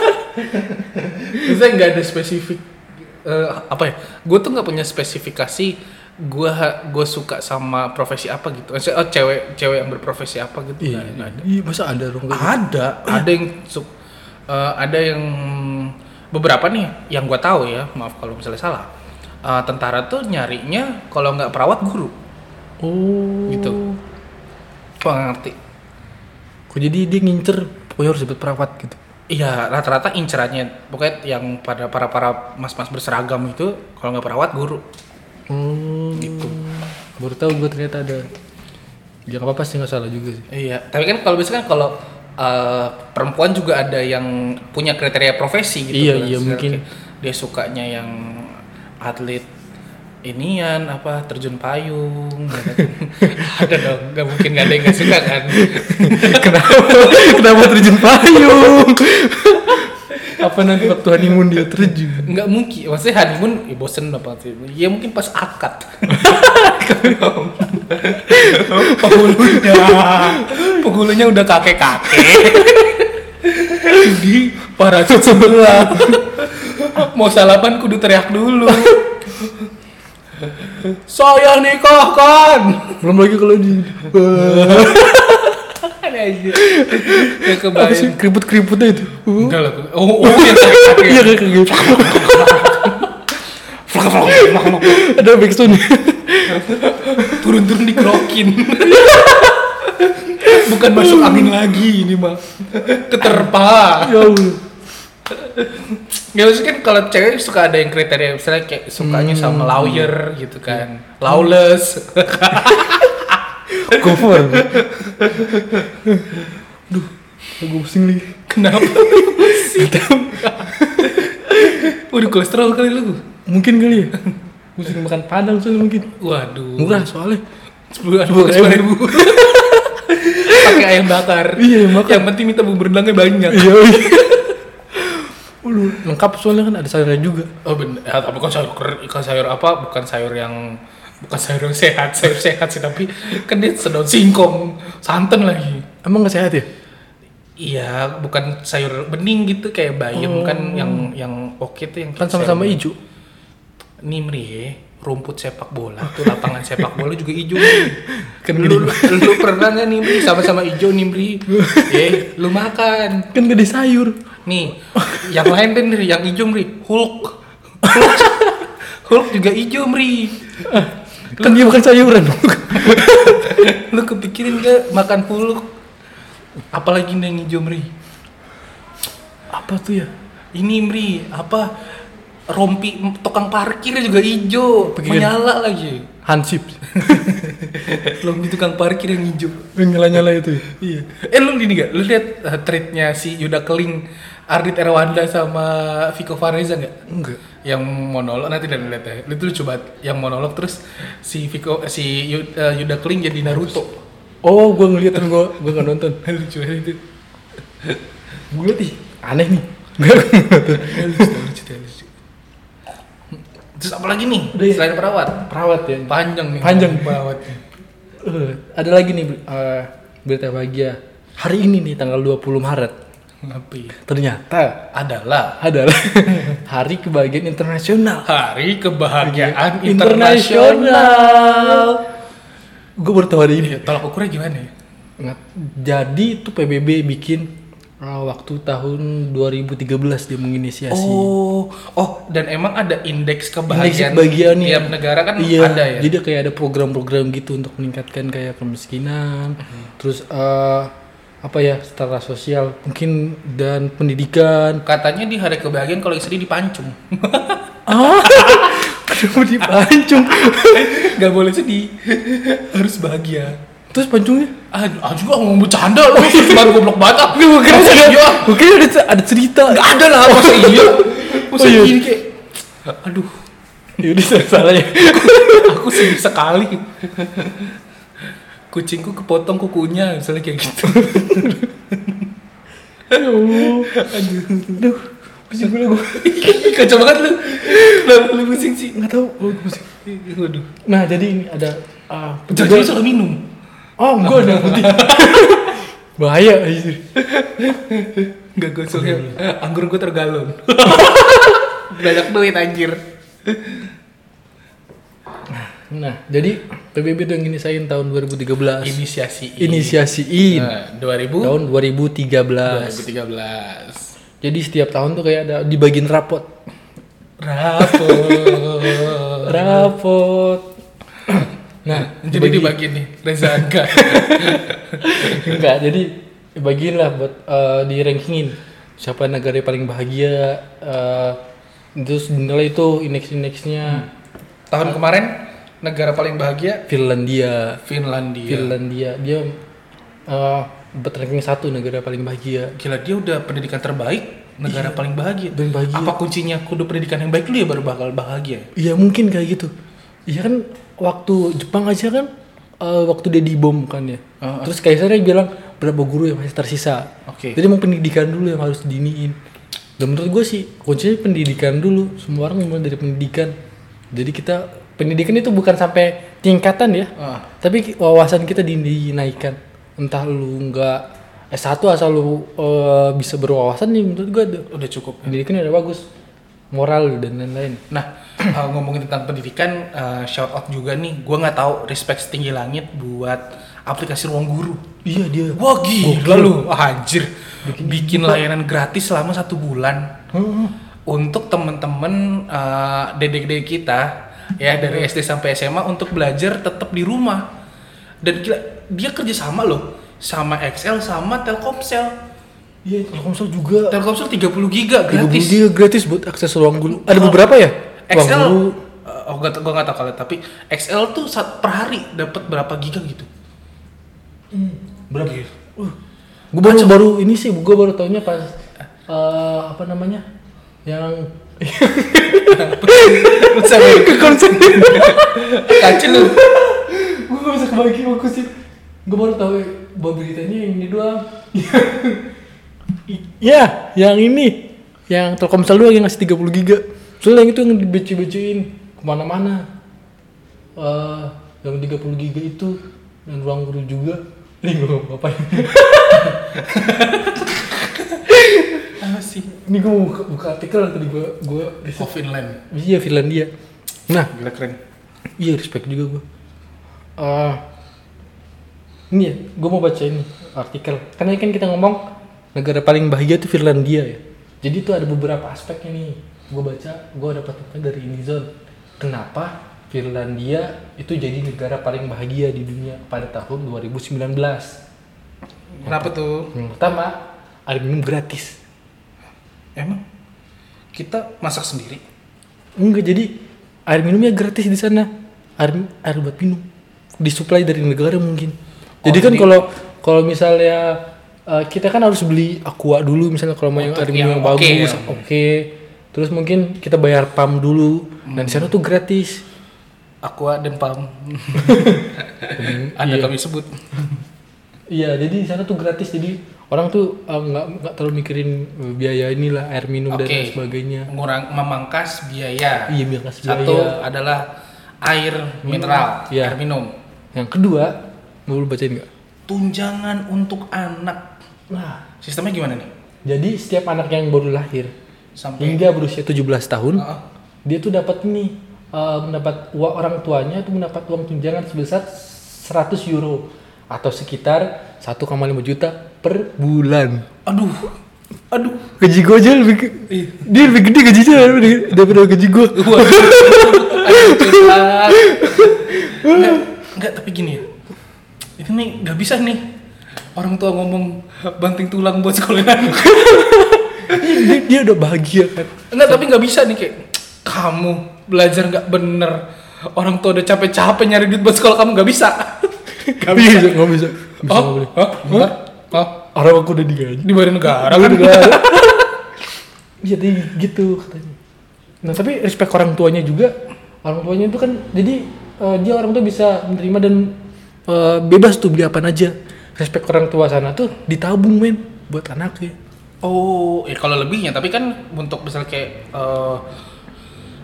B: Maksudnya nggak ada spesifik eh, apa ya gue tuh nggak punya spesifikasi gue gue suka sama profesi apa gitu Maksudnya, oh, cewek cewek yang berprofesi apa gitu nggak nggak ada
A: Iya, masa ada dong kayak gitu?
B: ada ada yang sub- eh, ada yang beberapa nih yang gue tahu ya maaf kalau misalnya salah Eh, tentara tuh nyarinya kalau nggak perawat guru
A: Oh.
B: Gitu. pengerti
A: Kok jadi dia ngincer pokoknya harus dapet perawat gitu.
B: Iya, rata-rata incerannya pokoknya yang pada para para mas-mas berseragam itu kalau nggak perawat guru.
A: Oh. Gitu. Baru tahu gue ternyata ada. Ya nggak apa-apa sih nggak salah juga sih.
B: Iya, tapi kan kalau biasanya kan kalau eh, perempuan juga ada yang punya kriteria profesi gitu.
A: Iya,
B: kan.
A: iya,
B: Misalnya
A: mungkin.
B: kayak dia sukanya yang atlet inian apa terjun payung ada kan. ada dong nggak mungkin nggak ada yang nggak suka kan
A: kenapa kenapa terjun payung? apa nanti waktu honeymoon dia terjun?
B: nggak mungkin maksudnya honeymoon ya bosen apa sih ya mungkin pas akad penghulunya penghulunya udah kakek kakek di parasut sebelah mau salapan kudu teriak dulu saya nikah kan
A: belum lagi kalau di
B: aja ya
A: Apa sih
B: kebayang
A: keriput-keriputnya itu?
B: enggak lah aku- oh oh iya kayak- kayak-
A: Iya kayak gitu.
B: flak, flak, flak, flak, flak.
A: Ada backstone.
B: turun-turun dikerokin bukan masuk angin lagi ini mah keterpa
A: Ya Allah.
B: Ya maksudnya kan kalau cewek suka ada yang kriteria misalnya kayak sukanya
A: Hmm.
B: sama lawyer gitu
A: Iya.
B: kan. Lawless.
A: Cover. Duh, gue pusing lagi.
B: Kenapa sih? Udah kolesterol kali lu.
A: Mungkin kali ya. Gue sering makan padang soalnya mungkin.
B: Waduh.
A: Murah soalnya.
B: Sepuluh
A: Sepuluh
B: ribu. Sepuluh ribu. Pakai ayam bakar.
A: Iya, ayam bakar.
B: Yang penting minta bubur belangnya banyak.
A: Iya. Waduh, lengkap soalnya kan ada sayurnya juga.
B: Oh bener. Ya, tapi kan sayur ker- kan sayur apa? Bukan sayur yang bukan sayur yang sehat, sayur sehat sih tapi kan dia sedot singkong, santan lagi.
A: Emang gak sehat ya?
B: Iya, bukan sayur bening gitu kayak bayam kan yang yang oke tuh yang
A: Oh. Kan sama-sama hijau.
B: Nimri rumput sepak bola tuh lapangan sepak bola juga hijau nih.
A: Kan
B: lu, lu pernah nggak Nimri sama-sama hijau Nimri? Eh, lu makan.
A: Kan gak ada sayur.
B: Nih, yang lain deh Nimri, yang hijau Mri, Hulk. Hulk. Hulk juga hijau Mri.
A: Kan dia makan sayuran.
B: Lu kepikirin gak makan Hulk? Apalagi nih yang hijau Mri?
A: Apa tuh ya?
B: Ini Mri, apa rompi tukang parkir juga hijau,
A: Pikirin.
B: menyala lagi.
A: Hansip.
B: Rompi tukang parkir yang hijau.
A: Yang nyala-nyala itu ya?
B: Iya. Eh lu ini gak? Lu lihat uh, tweetnya si Yuda Keling, Ardit Erwanda sama Vico Fareza gak?
A: Enggak.
B: Yang monolog nanti dan lihat ya. Lu tuh coba yang monolog terus si Vico si Yu- uh, Yuda Keling jadi Naruto.
A: Oh, gue ngeliat tapi gue gue gak nonton.
B: Lucu banget itu.
A: Gue liat ih, aneh nih. Gak nonton.
B: Lucu, lucu, lucu. Terus apa lagi nih?
A: Udah ya?
B: Selain perawat.
A: Perawat ya.
B: Panjang nih.
A: Panjang.
B: perawatnya.
A: Eh, ada lagi nih eh, berita bahagia. Hari ini nih tanggal 20 Maret.
B: Ngapain?
A: Ternyata
B: ya? adalah
A: adalah hari kebahagiaan internasional.
B: Hari
A: Iya.
B: Kebahagiaan Internasional.
A: Internasional. Gue baru tahu hari ini.
B: Iya, Tolak ukurnya gimana ya?
A: Nggak. Jadi itu PBB bikin uh, waktu tahun 2013 dia menginisiasi.
B: Oh, oh dan emang ada indeks
A: Indeks
B: kebahagiaan
A: kebahagiaan
B: tiap
A: nih.
B: negara kan
A: Iya,
B: ada ya.
A: Jadi kayak ada program-program gitu untuk meningkatkan kayak kemiskinan,
B: Hmm.
A: terus eh, apa ya setara sosial mungkin dan pendidikan.
B: Katanya di hari kebahagiaan kalau istri dipancung. Oh.
A: Kenapa di pancung?
B: Gak boleh sedih. Harus bahagia.
A: terus pancungnya?
B: Aduh, aduh gua ngomong bercanda
A: Oh,
B: lu.
A: iya.
B: Cuma goblok banget. ah.
A: Gue kira
B: Masa
A: ada,
B: iya?
A: gua kira ada, ada cerita.
B: Gak ada lah, masa iya? Masa
A: Oh, iya.
B: gini kayak aduh,
A: Yaudah ya. salahnya.
B: aku sedih sekali. Kucingku kepotong kukunya, misalnya kayak gitu.
A: Aduh. Aduh. Pusing gue gue.
B: Ih, Kacau banget lu. Kenapa lu pusing sih?
A: Nggak tahu. gua pusing.
B: Ih, Waduh.
A: Nah jadi ini ada. ah,
B: Jadi lu suka minum.
A: Oh enggak ada yang putih. Bahaya anjir.
B: Gak gosok ya. Anggur gue tergalon. Banyak duit anjir.
A: Nah jadi PBB itu yang nginisain tahun 2013.
B: Inisiasi
A: Inisiasiin
B: Nah, 2000
A: tahun 2013.
B: 2013.
A: Jadi setiap tahun tuh kayak ada dibagiin rapot.
B: Rapor.
A: Rapot. Nah,
B: Jadi dibagi nih Reza Angga.
A: Enggak, jadi bagiin lah buat eh, di rankingin siapa negara yang paling bahagia eh, terus dinilai itu indeks-indeksnya
B: Tahun kemarin negara paling bahagia
A: Finlandia
B: Finlandia.
A: Finlandia dia eh buat ranking satu negara paling bahagia
B: Gila dia udah pendidikan terbaik, negara Iya. paling bahagia.
A: Paling bahagia.
B: Apa kuncinya kudu pendidikan yang baik dulu ya baru bakal bahagia.
A: iya mungkin kayak gitu iya kan waktu Jepang aja kan eh, waktu dia dibom kan ya
B: Ah,
A: terus kaisarnya bilang berapa guru yang masih tersisa
B: Oke.
A: jadi emang pendidikan dulu yang harus diniin dan menurut gue sih kuncinya pendidikan dulu semua orang mulai dari pendidikan jadi kita pendidikan itu bukan sampai tingkatan ya
B: Ah.
A: tapi ki- wawasan kita di- dinaikkan entah lu nggak S1 asal lu eh, bisa berwawasan nih menurut gue ada
B: Udah cukup.
A: pendidikan udah bagus moral dan lain-lain
B: Nah, uh, ngomongin tentang pendidikan, uh, shout out juga nih. Gue nggak tahu respect setinggi langit buat aplikasi ruang guru
A: iya dia
B: wah gila
A: Gokil.
B: lu Wah, anjir bikin,
A: Bikin- Hmm.
B: layanan gratis selama satu bulan
A: Heeh.
B: untuk temen-temen eh, dedek-dedek kita ya dari SD sampai SMA untuk belajar tetap di rumah dan gila, dia kerja sama loh sama XL sama Telkomsel
A: iya Telkomsel juga
B: Telkomsel 30 giga gratis
A: gratis dia gratis buat akses ruang guru ada beberapa ya ruang
B: XL
A: guru
B: eh, oh gak, gua gak tau kalau tapi XL tuh saat per hari dapat berapa giga gitu
A: berapa gue baru baru ini sih gue baru taunya pas eh, apa namanya yang Eh,
B: Sampai
A: ke konsen
B: kacil lu
A: gue gak bisa kebagi fokusin gue baru tahu baru beritanya yang ini doang ya yang ini yang Telkomsel doang yang ngasih 30 giga soalnya yang itu yang dibece-becein kemana-mana Eh, yang 30 giga itu dan ruang guru juga ini gue mau ngapain
B: apa sih
A: ini gue mau buka, buka artikel yang tadi gue gue riset.
B: of inland
A: iya Finlandia nah
B: gila keren
A: Iya respect juga gue. Eh, ini ya, gue mau baca ini artikel. Karena kan kita ngomong negara paling bahaya itu Finlandia ya. Jadi itu ada beberapa aspeknya nih. Gue baca, gue dapat infonya dari Inizon. Kenapa Finlandia itu jadi negara paling bahagia di dunia pada tahun 2019?
B: kenapa tuh
A: Yang pertama, ada minum gratis.
B: emang kita masak sendiri
A: Enggak, jadi air minumnya gratis di sana. Air, air buat minum. Disuplai dari negara mungkin. Jadi
B: Oh,
A: kan
B: jadi-
A: kalau kalau misalnya eh, kita kan harus beli aqua dulu misalnya kalau mau yang
B: Untuk
A: air minum yang
B: yang oke
A: bagus,
B: ya.
A: oke. Terus mungkin kita bayar pam dulu. Dan di sana tuh gratis.
B: aqua dan palm anda Hmm.
A: Iya.
B: kami sebut
A: Iya, jadi di sana tuh gratis. Jadi orang tuh eh, nggak nggak terlalu mikirin eh, biaya inilah air minum dan
B: Oke.
A: lain sebagainya.
B: mengurang memangkas biaya
A: Iya, biar nggak biaya.
B: satu adalah air mineral
A: Iya.
B: air minum
A: Yang kedua, mau lu bacain nggak?
B: tunjangan untuk anak
A: Nah,
B: sistemnya gimana nih
A: Jadi setiap anak yang baru lahir
B: sampai
A: hingga berusia 17 tahun,
B: Heeh.
A: dia tuh dapat ini eh, mendapat uang orang tuanya tuh mendapat uang tunjangan sebesar 100 euro atau sekitar 1,5 juta per bulan.
B: aduh aduh
A: Gaji gue aja lebih ge- dia lebih gede gajinya dari- daripada gaji gue.
B: Iya. Nggak, nggak, tapi gini ya. Ini nih nggak bisa nih. Orang tua ngomong banting tulang buat sekolah anak.
A: dia, dia udah bahagia kan.
B: Enggak, tapi nggak bisa nih kayak kamu belajar nggak bener. Orang tua udah capek-capek nyari duit buat sekolah kamu nggak bisa.
A: Gak bisa, gak bisa. Bisa, Iya, nggak
B: Oh,
A: boleh.
B: oh, bentar. Oh,
A: Orang aku udah digaji.
B: di bari negara
A: Orang
B: kan.
A: juga. Iya jadi gitu katanya. Nah tapi respect orang tuanya juga. Orang tuanya itu kan jadi eh, dia orang tua bisa menerima dan eh, bebas tuh beli apa aja. Respect orang tua sana tuh ditabung men buat anaknya.
B: Oh, ya kalau lebihnya tapi kan untuk misal kayak eh,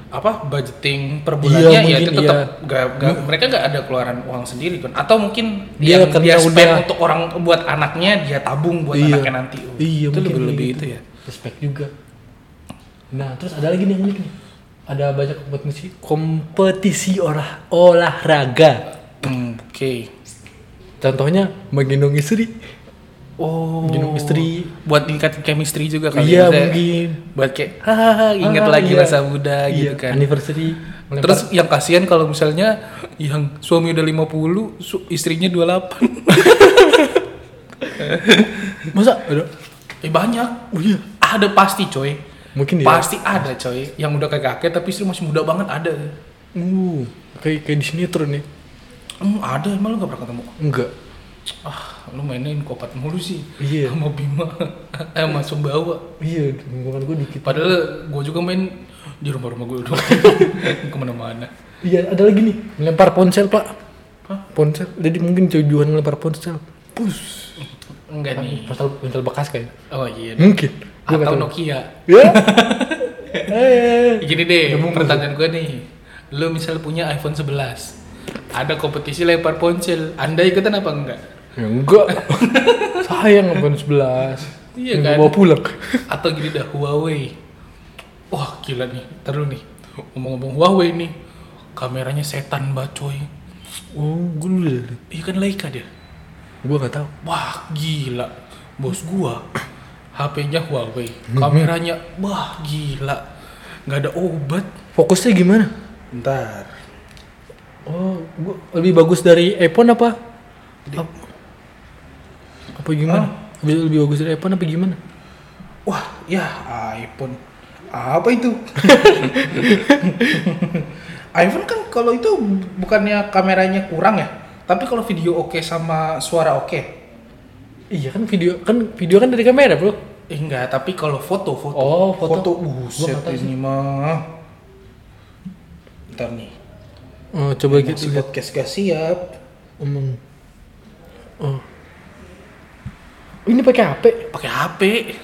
B: apa budgeting per bulannya
A: Iya,
B: ya
A: mungkin,
B: itu tetap
A: iya.
B: nggak- nggak- mereka nggak ada keluaran uang sendiri kan atau mungkin
A: Dia
B: yang
A: Iya, karena
B: dia spend
A: udah-
B: untuk orang buat anaknya dia tabung buat
A: Iya.
B: anaknya nanti Oh,
A: Iya
B: itu
A: mungkin
B: lebih
A: kayak
B: lebih
A: gitu.
B: itu ya
A: Respect juga. Nah terus ada lagi nih yang unik nih. Ada banyak kompetisi kompetisi olah olahraga.
B: Hmm, oke
A: Contohnya menggendong istri.
B: oh
A: Menggendong istri.
B: buat tingkat chemistry juga kali ya,
A: Iya
B: maksudnya.
A: mungkin.
B: buat kayak hahaha ingat
A: Ah,
B: lagi
A: iya.
B: masa muda
A: Iya,
B: gitu kan
A: Anniversary.
B: Terus yang kasihan kalau misalnya yang suami udah 50, su- istrinya 28.
A: masa ada
B: Eh banyak.
A: oh iya
B: Ada pasti coy.
A: mungkin ya
B: Pasti ada coy. Yang udah kayak kakek tapi istri masih muda banget ada.
A: uh kayak kayak di sinetron nih
B: Hmm, ada emang lu gak pernah ketemu.
A: enggak
B: Ah, lu mainin kopat mulu sih.
A: Iya.
B: Sama Bima. Eh, sama Sumbawa.
A: iya lingkungan gue dikit
B: Padahal gue juga main di rumah-rumah gue dulu. Kemana-mana.
A: iya ada lagi nih melempar ponsel pak
B: Hah? Hmm.
A: ponsel jadi mungkin jauh-jauhan melempar ponsel pus
B: Enggak nih.
A: ponsel ponsel bekas kayak
B: Oh iya.
A: mungkin Gua nggak
B: Atau
A: tahu.
B: Nokia.
A: ya eh
B: Gini deh,
A: Demam
B: pertanyaan gue nih. Lu misalnya punya iPhone 11. Ada kompetisi lempar ponsel. Anda ikutan apa enggak?
A: ya enggak sayang iPhone 11
B: Iya
A: Yang
B: kan?
A: gua bawa pulang
B: Atau gini dah Huawei. Wah gila nih, taruh nih. Ngomong-ngomong Huawei nih, kameranya setan banget coy.
A: oh gue dulu
B: Iya kan Leica dia.
A: Gua nggak tahu.
B: Wah gila, bos gua HP-nya Huawei, kameranya wah gila, nggak ada obat.
A: Fokusnya gimana?
B: Ntar,
A: Oh, gua lebih bagus dari iPhone apa? Ap- apa gimana? Lebih, lebih bagus dari iPhone apa gimana?
B: wah ya iPhone, apa itu? iPhone kan kalau itu bukannya kameranya kurang ya, tapi kalau video oke sama suara oke,
A: Iya kan video kan video kan dari kamera bro.
B: Eh, enggak. Tapi kalau foto, foto,
A: Oh, foto. Gua
B: buset
A: nggak tahu
B: ini mah. Ntar nih,
A: Oh, coba
B: si
A: gitu lihat.
B: podcast gak siap.
A: Omong. Oh. Ini pakai HP.
B: pakai HP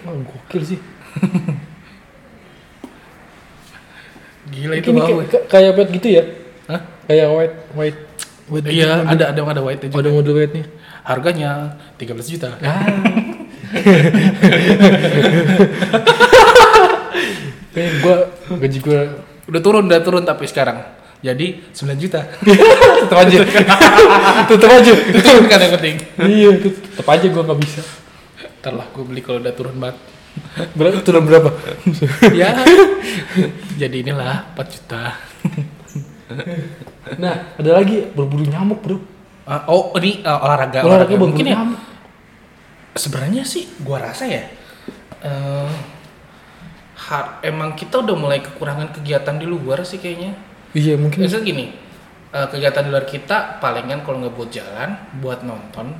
A: Wah, gokil sih.
B: gila itu
A: ini
B: bau
A: kayak, kayak- kayak white gitu ya?
B: Hah?
A: Kayak white white. white
B: iya
A: gitu.
B: ada ada ada white
A: Oh,
B: juga
A: ada model white-nya.
B: harganya 13 juta
A: Ah. Kayaknya gua gaji gua
B: udah turun udah turun tapi sekarang jadi 9 juta tetap aja
A: tutup aja.
B: itu kan yang penting
A: iya, tutup aja gua nggak bisa.
B: ntar lah gue beli kalau udah turun banget
A: Berapa turun berapa?
B: ya jadi inilah 4 juta
A: nah, ada lagi berburu nyamuk, Bro.
B: Ah, oh ini ah, olahraga
A: Olahraga berburu
B: mungkin ya
A: nyamuk.
B: sebenarnya sih gua rasa ya eh, har- emang kita udah mulai kekurangan kegiatan di luar sih kayaknya
A: Iya, mungkin
B: Biasanya gini, eh, kegiatan di luar kita palingan kalau nggak buat jalan, buat nonton,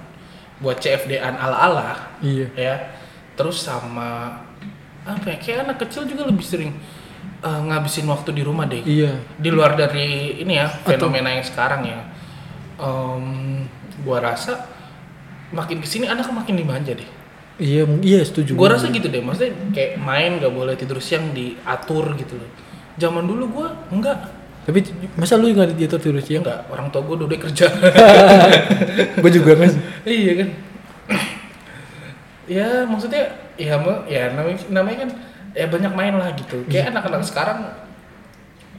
B: buat CFD-an ala-ala,
A: iya.
B: ya. Terus sama apa ya? Kayak anak kecil juga lebih sering eh, ngabisin waktu di rumah deh.
A: Iya.
B: Di luar dari ini ya fenomena yang sekarang ya. Em, gua rasa makin kesini anak makin dimanja deh.
A: Iya, mung- iya setuju.
B: Gua rasa gitu deh, maksudnya kayak main gak boleh tidur siang diatur gitu loh. Zaman dulu gua enggak, Iya
A: Tapi masa lu nggak diatur tidur siang?
B: enggak orang tua gua udah kerja.
A: gua juga kan.
B: iya kan ya maksudnya ya mau ya namanya, namanya kan ya banyak main lah gitu
A: Iya.
B: kayak anak-anak sekarang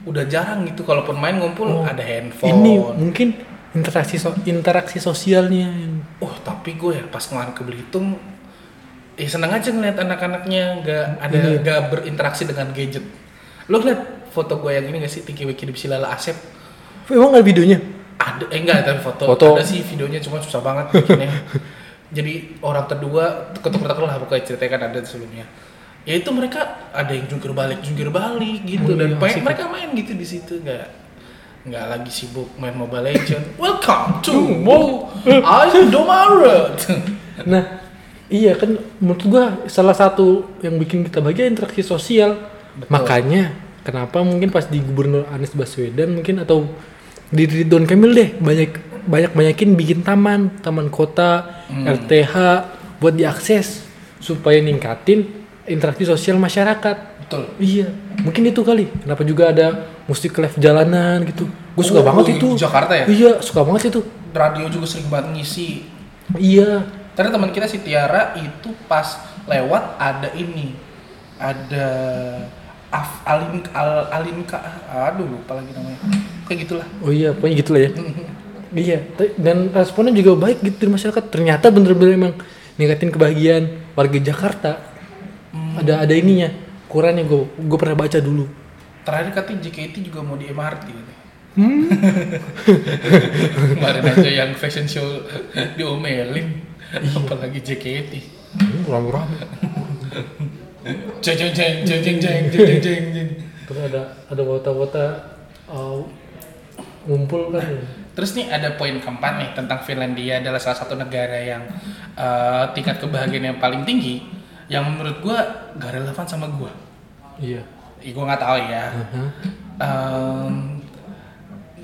B: udah jarang gitu kalaupun main ngumpul
A: Oh,
B: ada handphone
A: Ini mungkin interaksi so- interaksi sosialnya yang
B: oh tapi gue ya pas kemarin ke Belitung ya seneng aja ngeliat anak-anaknya nggak ada
A: Iya.
B: nggak berinteraksi dengan gadget lo liat foto gue yang ini gak sih Tiki Wiki di Silala Asep
A: Emang nggak ada videonya?
B: ada eh enggak tapi foto,
A: Foto.
B: ada sih videonya cuma susah banget bikinnya jadi orang kedua ketuk-ketuk lah pokoknya ceritanya kan ada sebelumnya ya itu mereka ada yang jungkir balik jungkir balik gitu
A: Oh,
B: dan
A: iya,
B: main-
A: asik.
B: mereka main gitu di situ nggak nggak lagi sibuk main Mobile Legend welcome to Mo I'm Domarut
A: Nah, iya kan menurut gua salah satu yang bikin kita bahagia interaksi sosial. Makanya kenapa mungkin pas di Gubernur Anies Baswedan mungkin atau di Ridwan Kamil deh banyak banyak banyakin bikin taman taman kota
B: Hmm.
A: RTH buat diakses supaya ningkatin interaksi sosial masyarakat.
B: betul
A: Iya, mungkin itu kali. Kenapa juga ada musik live jalanan gitu. Gue suka
B: Oh,
A: banget
B: oh,
A: itu.
B: di Jakarta ya?
A: Iya, suka banget itu.
B: radio juga sering banget ngisi
A: Iya.
B: Ternyata teman kita si Tiara itu pas lewat ada ini, ada Af, Alin Al, Alinka, aduh lupa lagi namanya. Kayak gitulah.
A: Oh iya, pokoknya gitu lah ya. Iya, te- dan responnya juga baik gitu dari masyarakat. Ternyata bener-bener emang ningkatin kebahagiaan warga Jakarta. Ada ada ininya, ukurannya gue gue pernah baca dulu.
B: Terakhir katanya JKT juga mau di MRT.
A: Hmm?
B: Kemarin aja yang fashion show diomelin,
A: Iya.
B: apalagi JKT.
A: Rame-rame.
B: Jeng jeng jeng jeng jeng jeng jeng jeng jeng.
A: Terus ada ada wota-wota uh, ngumpul kan. ya.
B: Terus nih ada poin keempat nih tentang Finlandia adalah salah satu negara yang eh, tingkat kebahagiaan yang paling tinggi yang menurut gua gak relevan sama gua.
A: Iya.
B: Ih, gua nggak tahu ya.
A: Hah?
B: Em,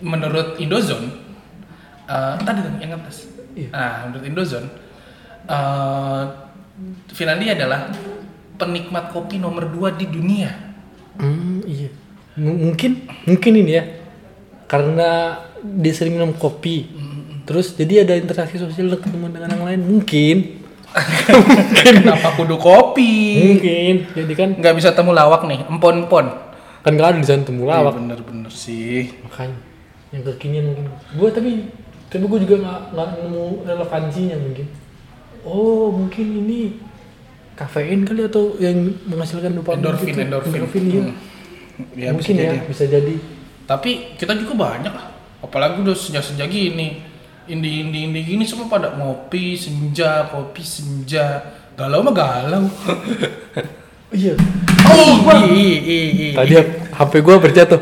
B: menurut Indozone eh, tadi tuh yang atas.
A: Iya.
B: Nah, menurut Indozone eh, Finlandia adalah penikmat kopi nomor dua di dunia.
A: Hmm, iya. M- mungkin mungkin ini ya. Karena dia sering minum kopi. Terus jadi ada interaksi sosial ketemu dengan yang lain mungkin.
B: Kenapa kudu kopi?
A: Mungkin. Jadi kan
B: Nggak bisa temu lawak nih, empon-empon.
A: kan gak ada di sana temulawak
B: Iya, Bener-bener sih.
A: makanya yang kekinian mungkin gue tapi tapi gue juga nggak nggak nemu relevansinya mungkin oh mungkin ini kafein kali atau yang menghasilkan dopamin
B: Endorfin,
A: gitu.
B: endorfin.
A: iya.
B: Hmm. Ya,
A: mungkin
B: bisa
A: ya
B: jadi.
A: bisa jadi
B: Tapi kita juga banyak lah. Apalagi udah senja-senja gini. Indi-indi-indi gini semua pada ngopi, senja, kopi, senja. Galau mah galau.
A: iya
B: Oh, iya, iya, iya.
A: tadi HP gue berjatuh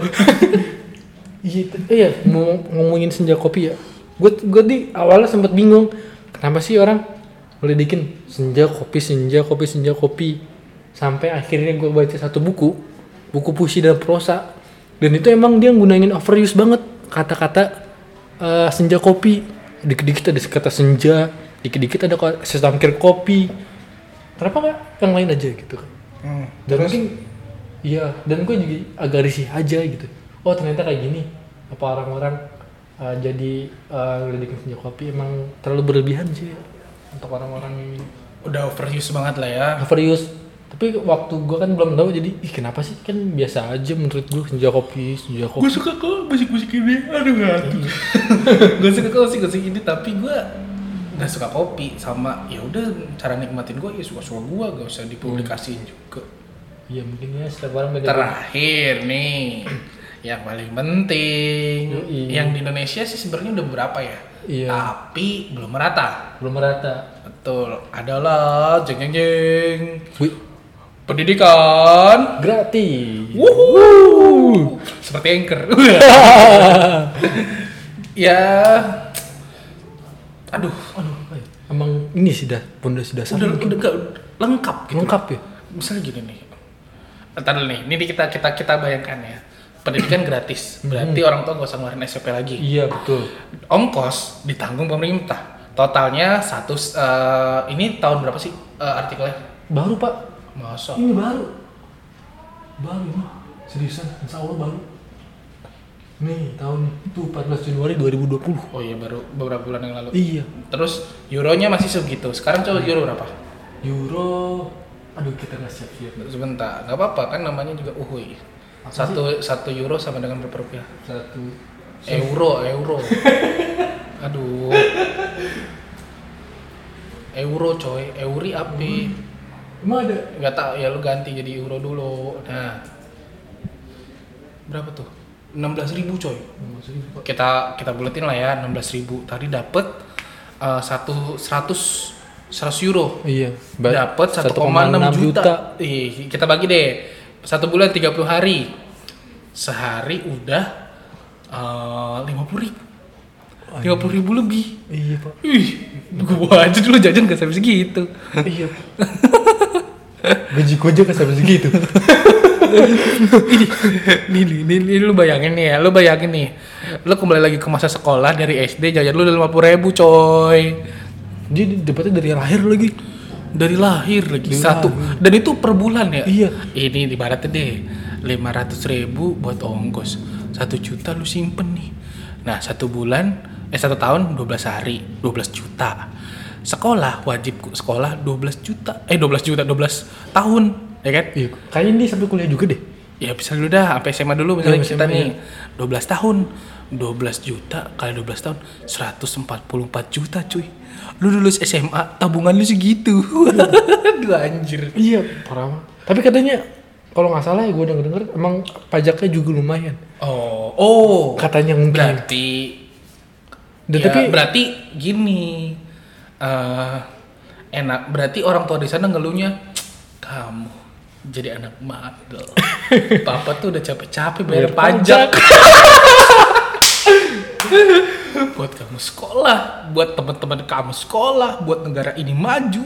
A: iya t- iya mau ngomongin senja kopi ya gue gue di awalnya sempet bingung kenapa sih orang ngelidikin senja kopi senja kopi senja kopi sampai akhirnya gue baca satu buku buku puisi dan prosa dan itu emang dia gunain overuse banget kata-kata eh, senja kopi dikit-dikit ada kata senja dikit-dikit ada ko- secangkir kopi kenapa nggak yang lain aja gitu kan
B: Hmm,
A: dan mungkin iya dan gue juga agak risih aja gitu oh ternyata kayak gini apa orang-orang uh, jadi uh, ngelidikin senja kopi emang terlalu berlebihan sih ya untuk orang-orang yang
B: udah overuse banget lah ya.
A: overuse tapi waktu gue kan belum tahu jadi ih kenapa sih kan biasa aja menurut gue senja kopi senja kopi
B: Gue suka kok musik-musik ini. Aduh, ngantuk. gue Iya. suka kok musik-musik ini, tapi gue nggak suka kopi sama ya udah cara nikmatin gue ya suka-suka gue gak usah dipublikasiin juga.
A: iya mungkin ya setiap orang beda
B: Terakhir nih, yang paling penting,
A: Yoi.
B: yang di Indonesia sih sebenarnya udah berapa ya,
A: Iya.
B: tapi belum merata.
A: belum merata
B: Betul, adalah jeng jeng jeng
A: Wih,
B: pendidikan.
A: gratis
B: Wuhu. Seperti anchor. ya, aduh,
A: aduh ay, emang ini sih dah pondok sudah
B: udah,
A: sama
B: udah gak, lengkap gitu.
A: lengkap ya
B: misalnya gini nih Ntar dulu nih, ini kita kita kita bayangkan ya pendidikan gratis berarti
A: Hmm.
B: orang tua gak usah ngeluarin SPP lagi
A: iya betul
B: ongkos ditanggung pemerintah totalnya satu eh, ini tahun berapa sih eh, artikelnya
A: baru pak
B: masa
A: Ini baru. Baru ini. Seriusan, insya Allah baru. Nih, tahun itu 14 Januari 2020.
B: oh iya baru beberapa bulan yang lalu
A: Iya.
B: terus euronya masih segitu sekarang coba euro berapa
A: Euro. Aduh, kita nggak siap siap.
B: sebentar nggak apa-apa kan namanya juga uhui
A: Apa
B: satu satu euro sama dengan berapa rupiah
A: Satu.
B: Euro, euro. Aduh. Euro coy, euri api.
A: Emang ada?
B: Gak tau ya lu ganti jadi euro dulu. Nah. Berapa tuh? 16.000 coy.
A: Maksudnya, Pak.
B: Kita kita buletin lah ya 16.000. Tadi dapat eh, satu 100 100 euro.
A: Iya.
B: Dapat 1,6 juta. Ih, kita bagi deh. Satu bulan 30 hari. Sehari udah eh, lima puluh ribu lima puluh ribu lebih
A: Iya, Pak.
B: ih gue bawa aja dulu jajan gak sampai segitu
A: iya. Gaji gue aja nggak sampai segitu.
B: ini, ini, ini, ini lu bayangin nih ya lu bayangin nih lu kembali lagi ke masa sekolah dari SD jajan lu udah lima puluh ribu coy
A: Dia dapatnya dari lahir lagi.
B: dari lahir lagi
A: Dari
B: satu dan itu per bulan ya
A: Iya.
B: ini ibaratnya deh lima ratus ribu buat ongkos satu juta lu simpen nih nah satu bulan eh satu tahun 12 hari 12 juta sekolah wajib ku- sekolah 12 juta eh 12 juta 12 tahun ya kan
A: Iya. Kayaknya dia sampai kuliah juga deh.
B: ya bisa dulu dah sampai SMA dulu misalnya
A: Iya,
B: kita
A: SMA,
B: nih 12 tahun 12 juta kali 12 tahun 144 juta cuy lu lulus SMA tabungan lu segitu aduh anjir
A: Iya, parah. mah. Tapi katanya kalau nggak salah ya gue denger denger emang pajaknya juga lumayan.
B: oh oh
A: Katanya mungkin.
B: berarti
A: Dan
B: ya,
A: tapi
B: berarti gini eh, enak berarti orang tua di sana ngeluhnya kamu jadi anak magel papa tuh udah capek-capek bayar
A: Bayar
B: pajak buat kamu sekolah buat teman-teman kamu sekolah buat negara ini maju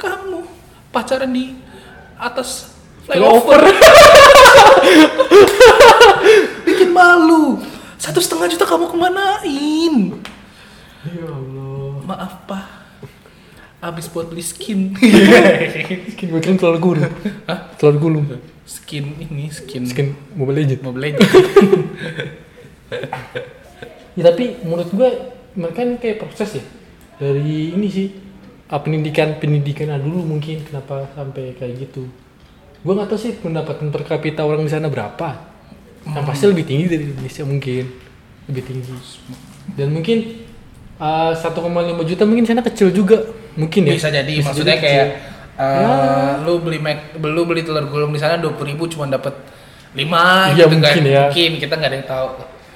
B: kamu pacaran di atas flyover bikin malu satu setengah juta kamu kemanain
A: ya Allah.
B: maaf pak habis buat beli skin
A: Skin gue keren telur gulung.
B: Hah?
A: Telur gulung.
B: skin ini skin,
A: Skin Mobile Legends.
B: Mobile Legends.
A: Ya tapi menurut gue mereka ini kayak proses ya. Dari ini sih ah, pendidikan pendidikan ah, dulu mungkin kenapa sampai kayak gitu. Gue nggak tahu sih pendapatan per kapita Hmm. orang di sana berapa. Yang pasti lebih tinggi dari Indonesia mungkin. Lebih tinggi. dan mungkin eh, 1,5 juta mungkin sana kecil juga mungkin ya
B: bisa jadi
A: Bisa Ah.
B: maksudnya
A: kecil.
B: kayak eh, lu beli Mac, lu beli telur gulung di sana dua ribu cuma dapat lima
A: Iya,
B: gitu kan
A: mungkin ya.
B: mungkin kita nggak ada yang tahu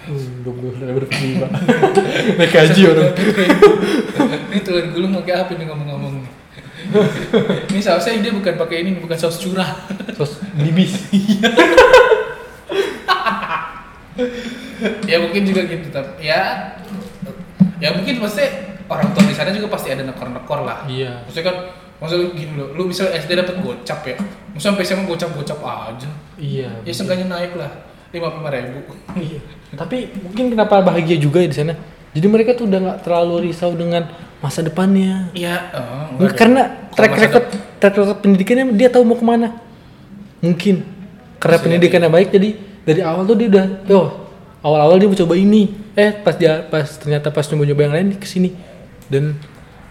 A: Hmm, dua puluh ribu rupiah pak naik gaji orang
B: ini telur gulung pakai apa nih ngomong-ngomong nih? ini sausnya dia bukan pakai ini bukan saus curah
A: terus libis
B: ya mungkin juga gitu tapi ya ya mungkin pasti orang tua di sana juga pasti ada nekor-nekor lah
A: iya
B: maksudnya kan maksudnya gini loh lu misalnya SD dapat gocap ya maksudnya sampai SMA gocap-gocap aja
A: iya
B: ya seenggaknya naik lah lima puluh ribu
A: Iya. Tapi mungkin kenapa bahagia juga ya di sana? Jadi mereka tuh udah nggak terlalu risau dengan masa depannya.
B: ya eh, enggak deh.
A: Karena
B: Kalau
A: track
B: masa
A: record
B: dep-
A: track record pendidikannya dia tahu mau kemana. Mungkin karena
B: Bisa
A: pendidikannya baik jadi dari awal tuh dia udah oh awal-awal dia mau coba ini eh pas dia pas ternyata pas nyoba-nyoba yang lain kesini dan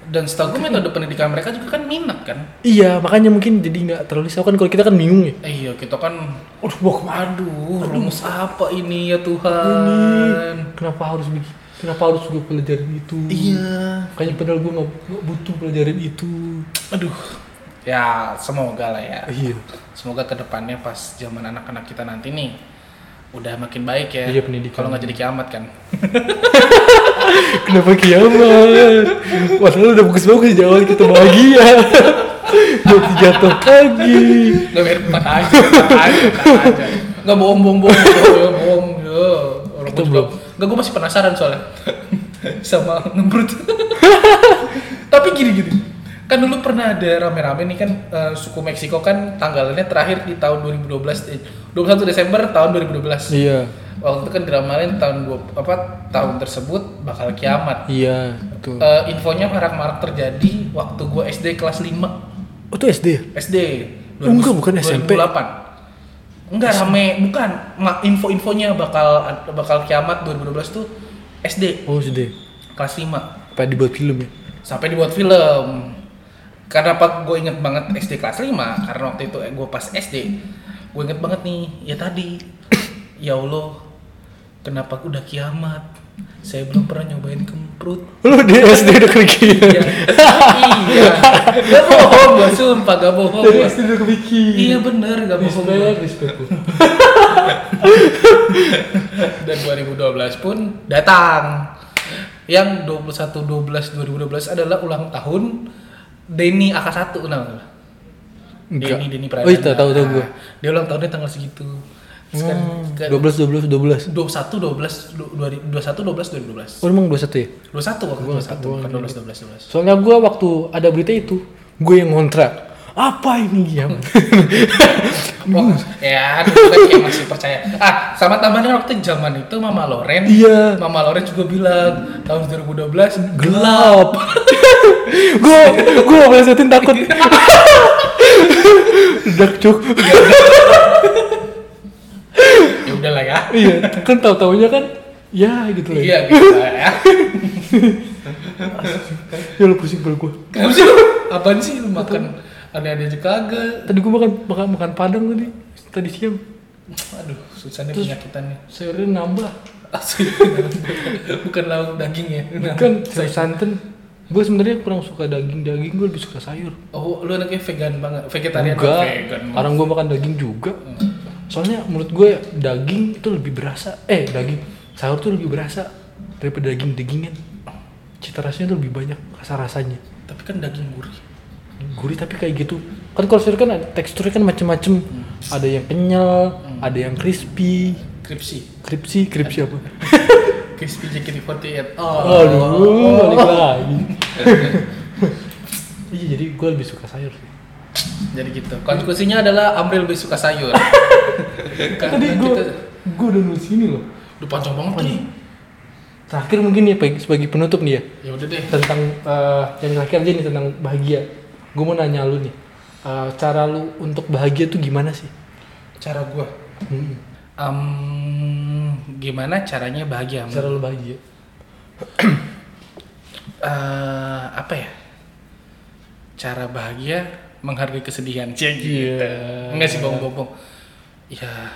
B: dan setahu gue metode pendidikan mereka juga kan minat kan
A: iya makanya mungkin jadi nggak terlalu risau kan kalau kita kan bingung ya
B: eh, iya kita kan
A: aduh mau kemana
B: aduh rumus apa ini ya
A: ini
B: Tuhan
A: kenapa harus begini kenapa harus gue pelajarin itu
B: iya
A: Kayaknya padahal gue gak, butuh pelajaran itu.
B: aduh ya semoga lah ya
A: Iya.
B: Semoga kedepannya pas zaman anak-anak kita nanti nih udah makin baik ya.
A: Iya, pendidikan.
B: Kalau nggak jadi kiamat kan.
A: Kenapa kiamat? Padahal udah bagus-bagus di awal kita bahagia. Jatuh jatuh lagi.
B: Nggak biar empat aja, empat aja, empat aja. Nggak bohong, bohong, bohong, bohong, bohong. yo. Orang
A: Itu
B: gua juga-
A: belum.
B: Nggak, gue masih penasaran soalnya sama ngembrut. Tapi gini-gini, kan dulu pernah ada rame-rame nih kan eh, suku Meksiko kan tanggalannya terakhir di tahun 2012, eh, 21 Desember tahun 2012.
A: Iya,
B: Waktu itu kan diramalin tahun dua, apa tahun tersebut bakal kiamat.
A: iya, betul.
B: Eh, infonya marak-marak terjadi waktu gue SD kelas 5
A: Oh itu SD ya?
B: SD
A: Oh, enggak, bukan SMP.
B: 2008 enggak rame bukan Ma- info-infonya bakal bakal kiamat 2012 tuh SD
A: Oh SD.
B: kelas 5
A: Apa dibuat film ya?
B: sampai dibuat film karena apa gue inget banget SD kelas 5 karena waktu itu gue pas SD gue inget banget nih ya tadi ya Allah kenapa udah kiamat saya belum pernah nyobain kemprut
A: Lu di SD udah kepikiran.
B: Iya. iya. Gak bohong gua sumpah gak bohong
A: Dari
B: gua.
A: SD udah kepikiran.
B: Iya bener gak bohong gua.
A: respect.
B: Dan 2012 pun datang. Yang 21 12 2012 adalah ulang tahun Denny AK1 namanya.
A: Enggak.
B: Denny Denny
A: Oh itu tahu Hmm. tahu gue.
B: Nah, Dia ulang tahunnya tanggal segitu. Sekarang kan
A: 12 12 12.
B: 21 12 du- dua ri- 21 12 2012.
A: Oh emang 21 ya?
B: 21 waktu
A: Gua nggak
B: 21
A: tahu,
B: bukan
A: gua
B: 12 12 12.
A: Soalnya gue waktu ada berita itu, gue yang ngontrak. Apa ini ya?
B: Wah, ya, dulu kan kayak masih percaya. Ah, sama tambahnya waktu zaman itu Mama Loren
A: Iya.
B: Mama Loren juga bilang tahun 2012
A: Gelap. gue gue gak boleh setin takut. Dak cuk.
B: ya udahlah ya.
A: iya, kan tahu taunya kan ya gitu lah.
B: Iya gitu lah ya.
A: Ya lu pusing perut gue.
B: Kenapa sih lu? Apaan sih lu makan aneh-aneh aja kagak.
A: Tadi gue makan makan makan padang tadi tadi siang.
B: Aduh, susah nih penyakitan nih.
A: Sayurnya nambah.
B: Asli. Bukan lauk daging ya. Nah,
A: Kan sayur santan. Gue sebenarnya kurang suka daging-daging, gue lebih suka sayur.
B: Oh, lu anaknya vegan banget. Vegetarian
A: Enggak,
B: vegan.
A: orang gue makan daging juga. Soalnya menurut gue daging itu lebih berasa. Eh daging sahur tuh lebih berasa daripada daging dagingan. Cita rasanya tuh lebih banyak rasa rasanya.
B: Tapi kan daging gurih.
A: Gurih tapi kayak gitu. Kan kalau sayur kan ada- teksturnya kan macem-macem.
B: Hmm.
A: Ada yang kenyal, ada yang crispy,
B: Kripsi.
A: kripsi, kripsi apa?
B: Crispy JKT48.
A: Aduh, balik
B: Oh.
A: lagi. Iya jadi gue lebih suka sayur. sih.
B: Jadi gitu. Konklusinya adalah Amril lebih suka sayur. Karena
A: Tadi gue
B: kita
A: gue udah nulis ini loh.
B: udah panjang banget nih.
A: Terakhir mungkin ya bagi- sebagai penutup nih ya.
B: Ya udah deh.
A: tentang eh, yang terakhir aja nih tentang bahagia. Gue mau nanya lu nih, eh, cara lu untuk bahagia tuh gimana sih?
B: Cara gua
A: Hmm,
B: Em, gimana caranya bahagia? Em?
A: Cara lu bahagia?
B: Eh, apa ya? Cara bahagia menghargai kesedihan. Cie, gitu.
A: Iya.
B: Enggak sih bohong-bohong. Iya. eh,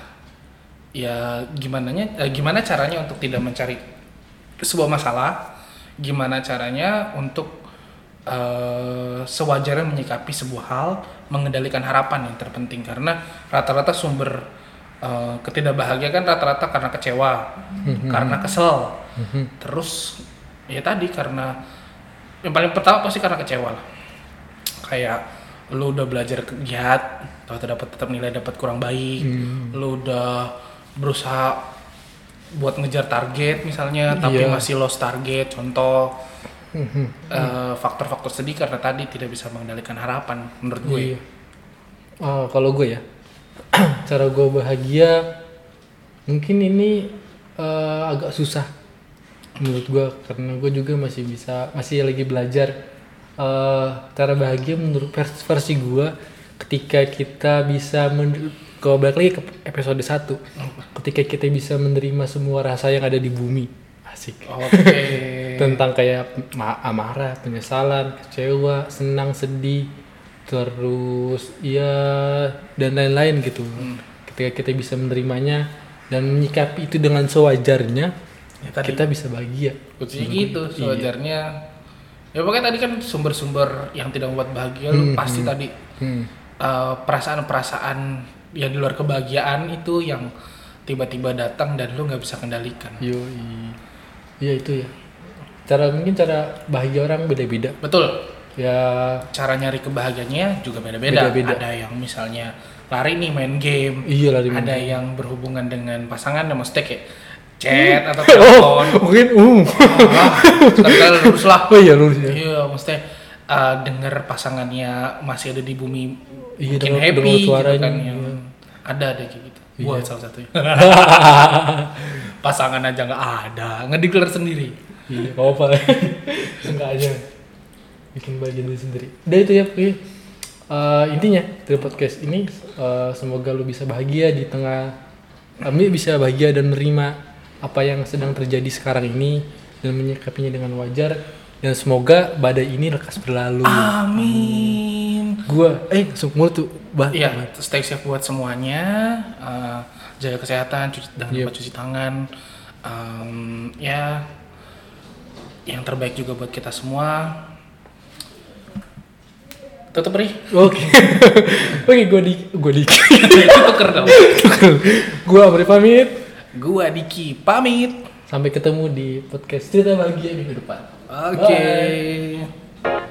B: Ya, ya gimana nya? gimana caranya untuk tidak mencari sebuah masalah gimana caranya untuk eh, sewajarnya menyikapi sebuah hal mengendalikan harapan yang terpenting karena rata-rata sumber eh, ketidakbahagiaan kan rata-rata karena kecewa karena kesel terus ya tadi karena yang paling pertama pasti karena kecewa lah kayak lu udah belajar giat tapi dapat tetap nilai dapat kurang baik
A: Hmm.
B: lu udah berusaha buat ngejar target misalnya tapi
A: Iya. Hmm.
B: masih lost target contoh eh, faktor-faktor sedih karena tadi tidak bisa mengendalikan harapan menurut gue
A: Iya. Oh, kalau gue ya, cara gue bahagia mungkin ini eh, agak susah menurut gue karena gue juga masih bisa masih lagi belajar eh, cara bahagia menurut vers- versi gue ketika kita bisa men- kalau balik lagi ke episode 1 ketika kita bisa menerima semua rasa yang ada di bumi asik
B: oke
A: tentang kayak ma- amarah, penyesalan, kecewa, senang, sedih, terus ya dan lain-lain gitu. Ketika kita bisa menerimanya dan menyikapi itu dengan sewajarnya,
B: Ya, tadi.
A: kita bisa bahagia.
B: kuncinya gitu
A: Iya.
B: sewajarnya ya pokoknya tadi kan sumber-sumber yang tidak membuat bahagia lu pasti tadi
A: Hmm.
B: eh, perasaan-perasaan yang di luar kebahagiaan itu yang tiba-tiba datang dan lu nggak bisa kendalikan
A: Yoi. Iya itu ya. Cara mungkin cara bahagia orang beda-beda.
B: betul
A: Ya
B: cara nyari kebahagiaannya juga beda-beda.
A: Beda-beda.
B: Ada yang misalnya lari nih main game,
A: iya lah di-
B: ada yang berhubungan dengan pasangan yang mesti
A: Hmm.
B: kayak chat
A: Oh.
B: atau telepon.
A: mungkin uh.
B: Sekarang lurus lah.
A: Oh iya lurus ya.
B: Iya, mesti uh, dengar pasangannya masih ada di bumi
A: Iya,
B: mungkin
A: dengar-
B: happy
A: dengar
B: gitu
A: suaranya,
B: kan, yang
A: iya.
B: Ada ada kayak gitu. Gua salah satunya. Pasangan aja nggak ada, ngedeklar sendiri.
A: Iya, gak apa-apa. Enggak aja. Bikin bagian diri sendiri. Udah itu ya, Pri. Eh, intinya dari podcast ini eh, semoga lu bisa bahagia di tengah kami bisa bahagia dan menerima apa yang sedang terjadi sekarang ini dan menyikapinya dengan wajar dan semoga badai ini lekas berlalu.
B: Amin.
A: Gua eh langsung mulut tuh bah.
B: Iya, stay safe buat semuanya. eh, jaga kesehatan, cuci jangan lupa
A: Yep.
B: cuci tangan. Em, ya, yang terbaik juga buat kita semua. Tutup nih.
A: Oke. Oke, gua di gua di.
B: Tuker dong.
A: gua Amri pamit.
B: Gua Diki pamit.
A: Sampai ketemu di podcast cerita bahagia minggu depan.
B: Oke.
A: Bye.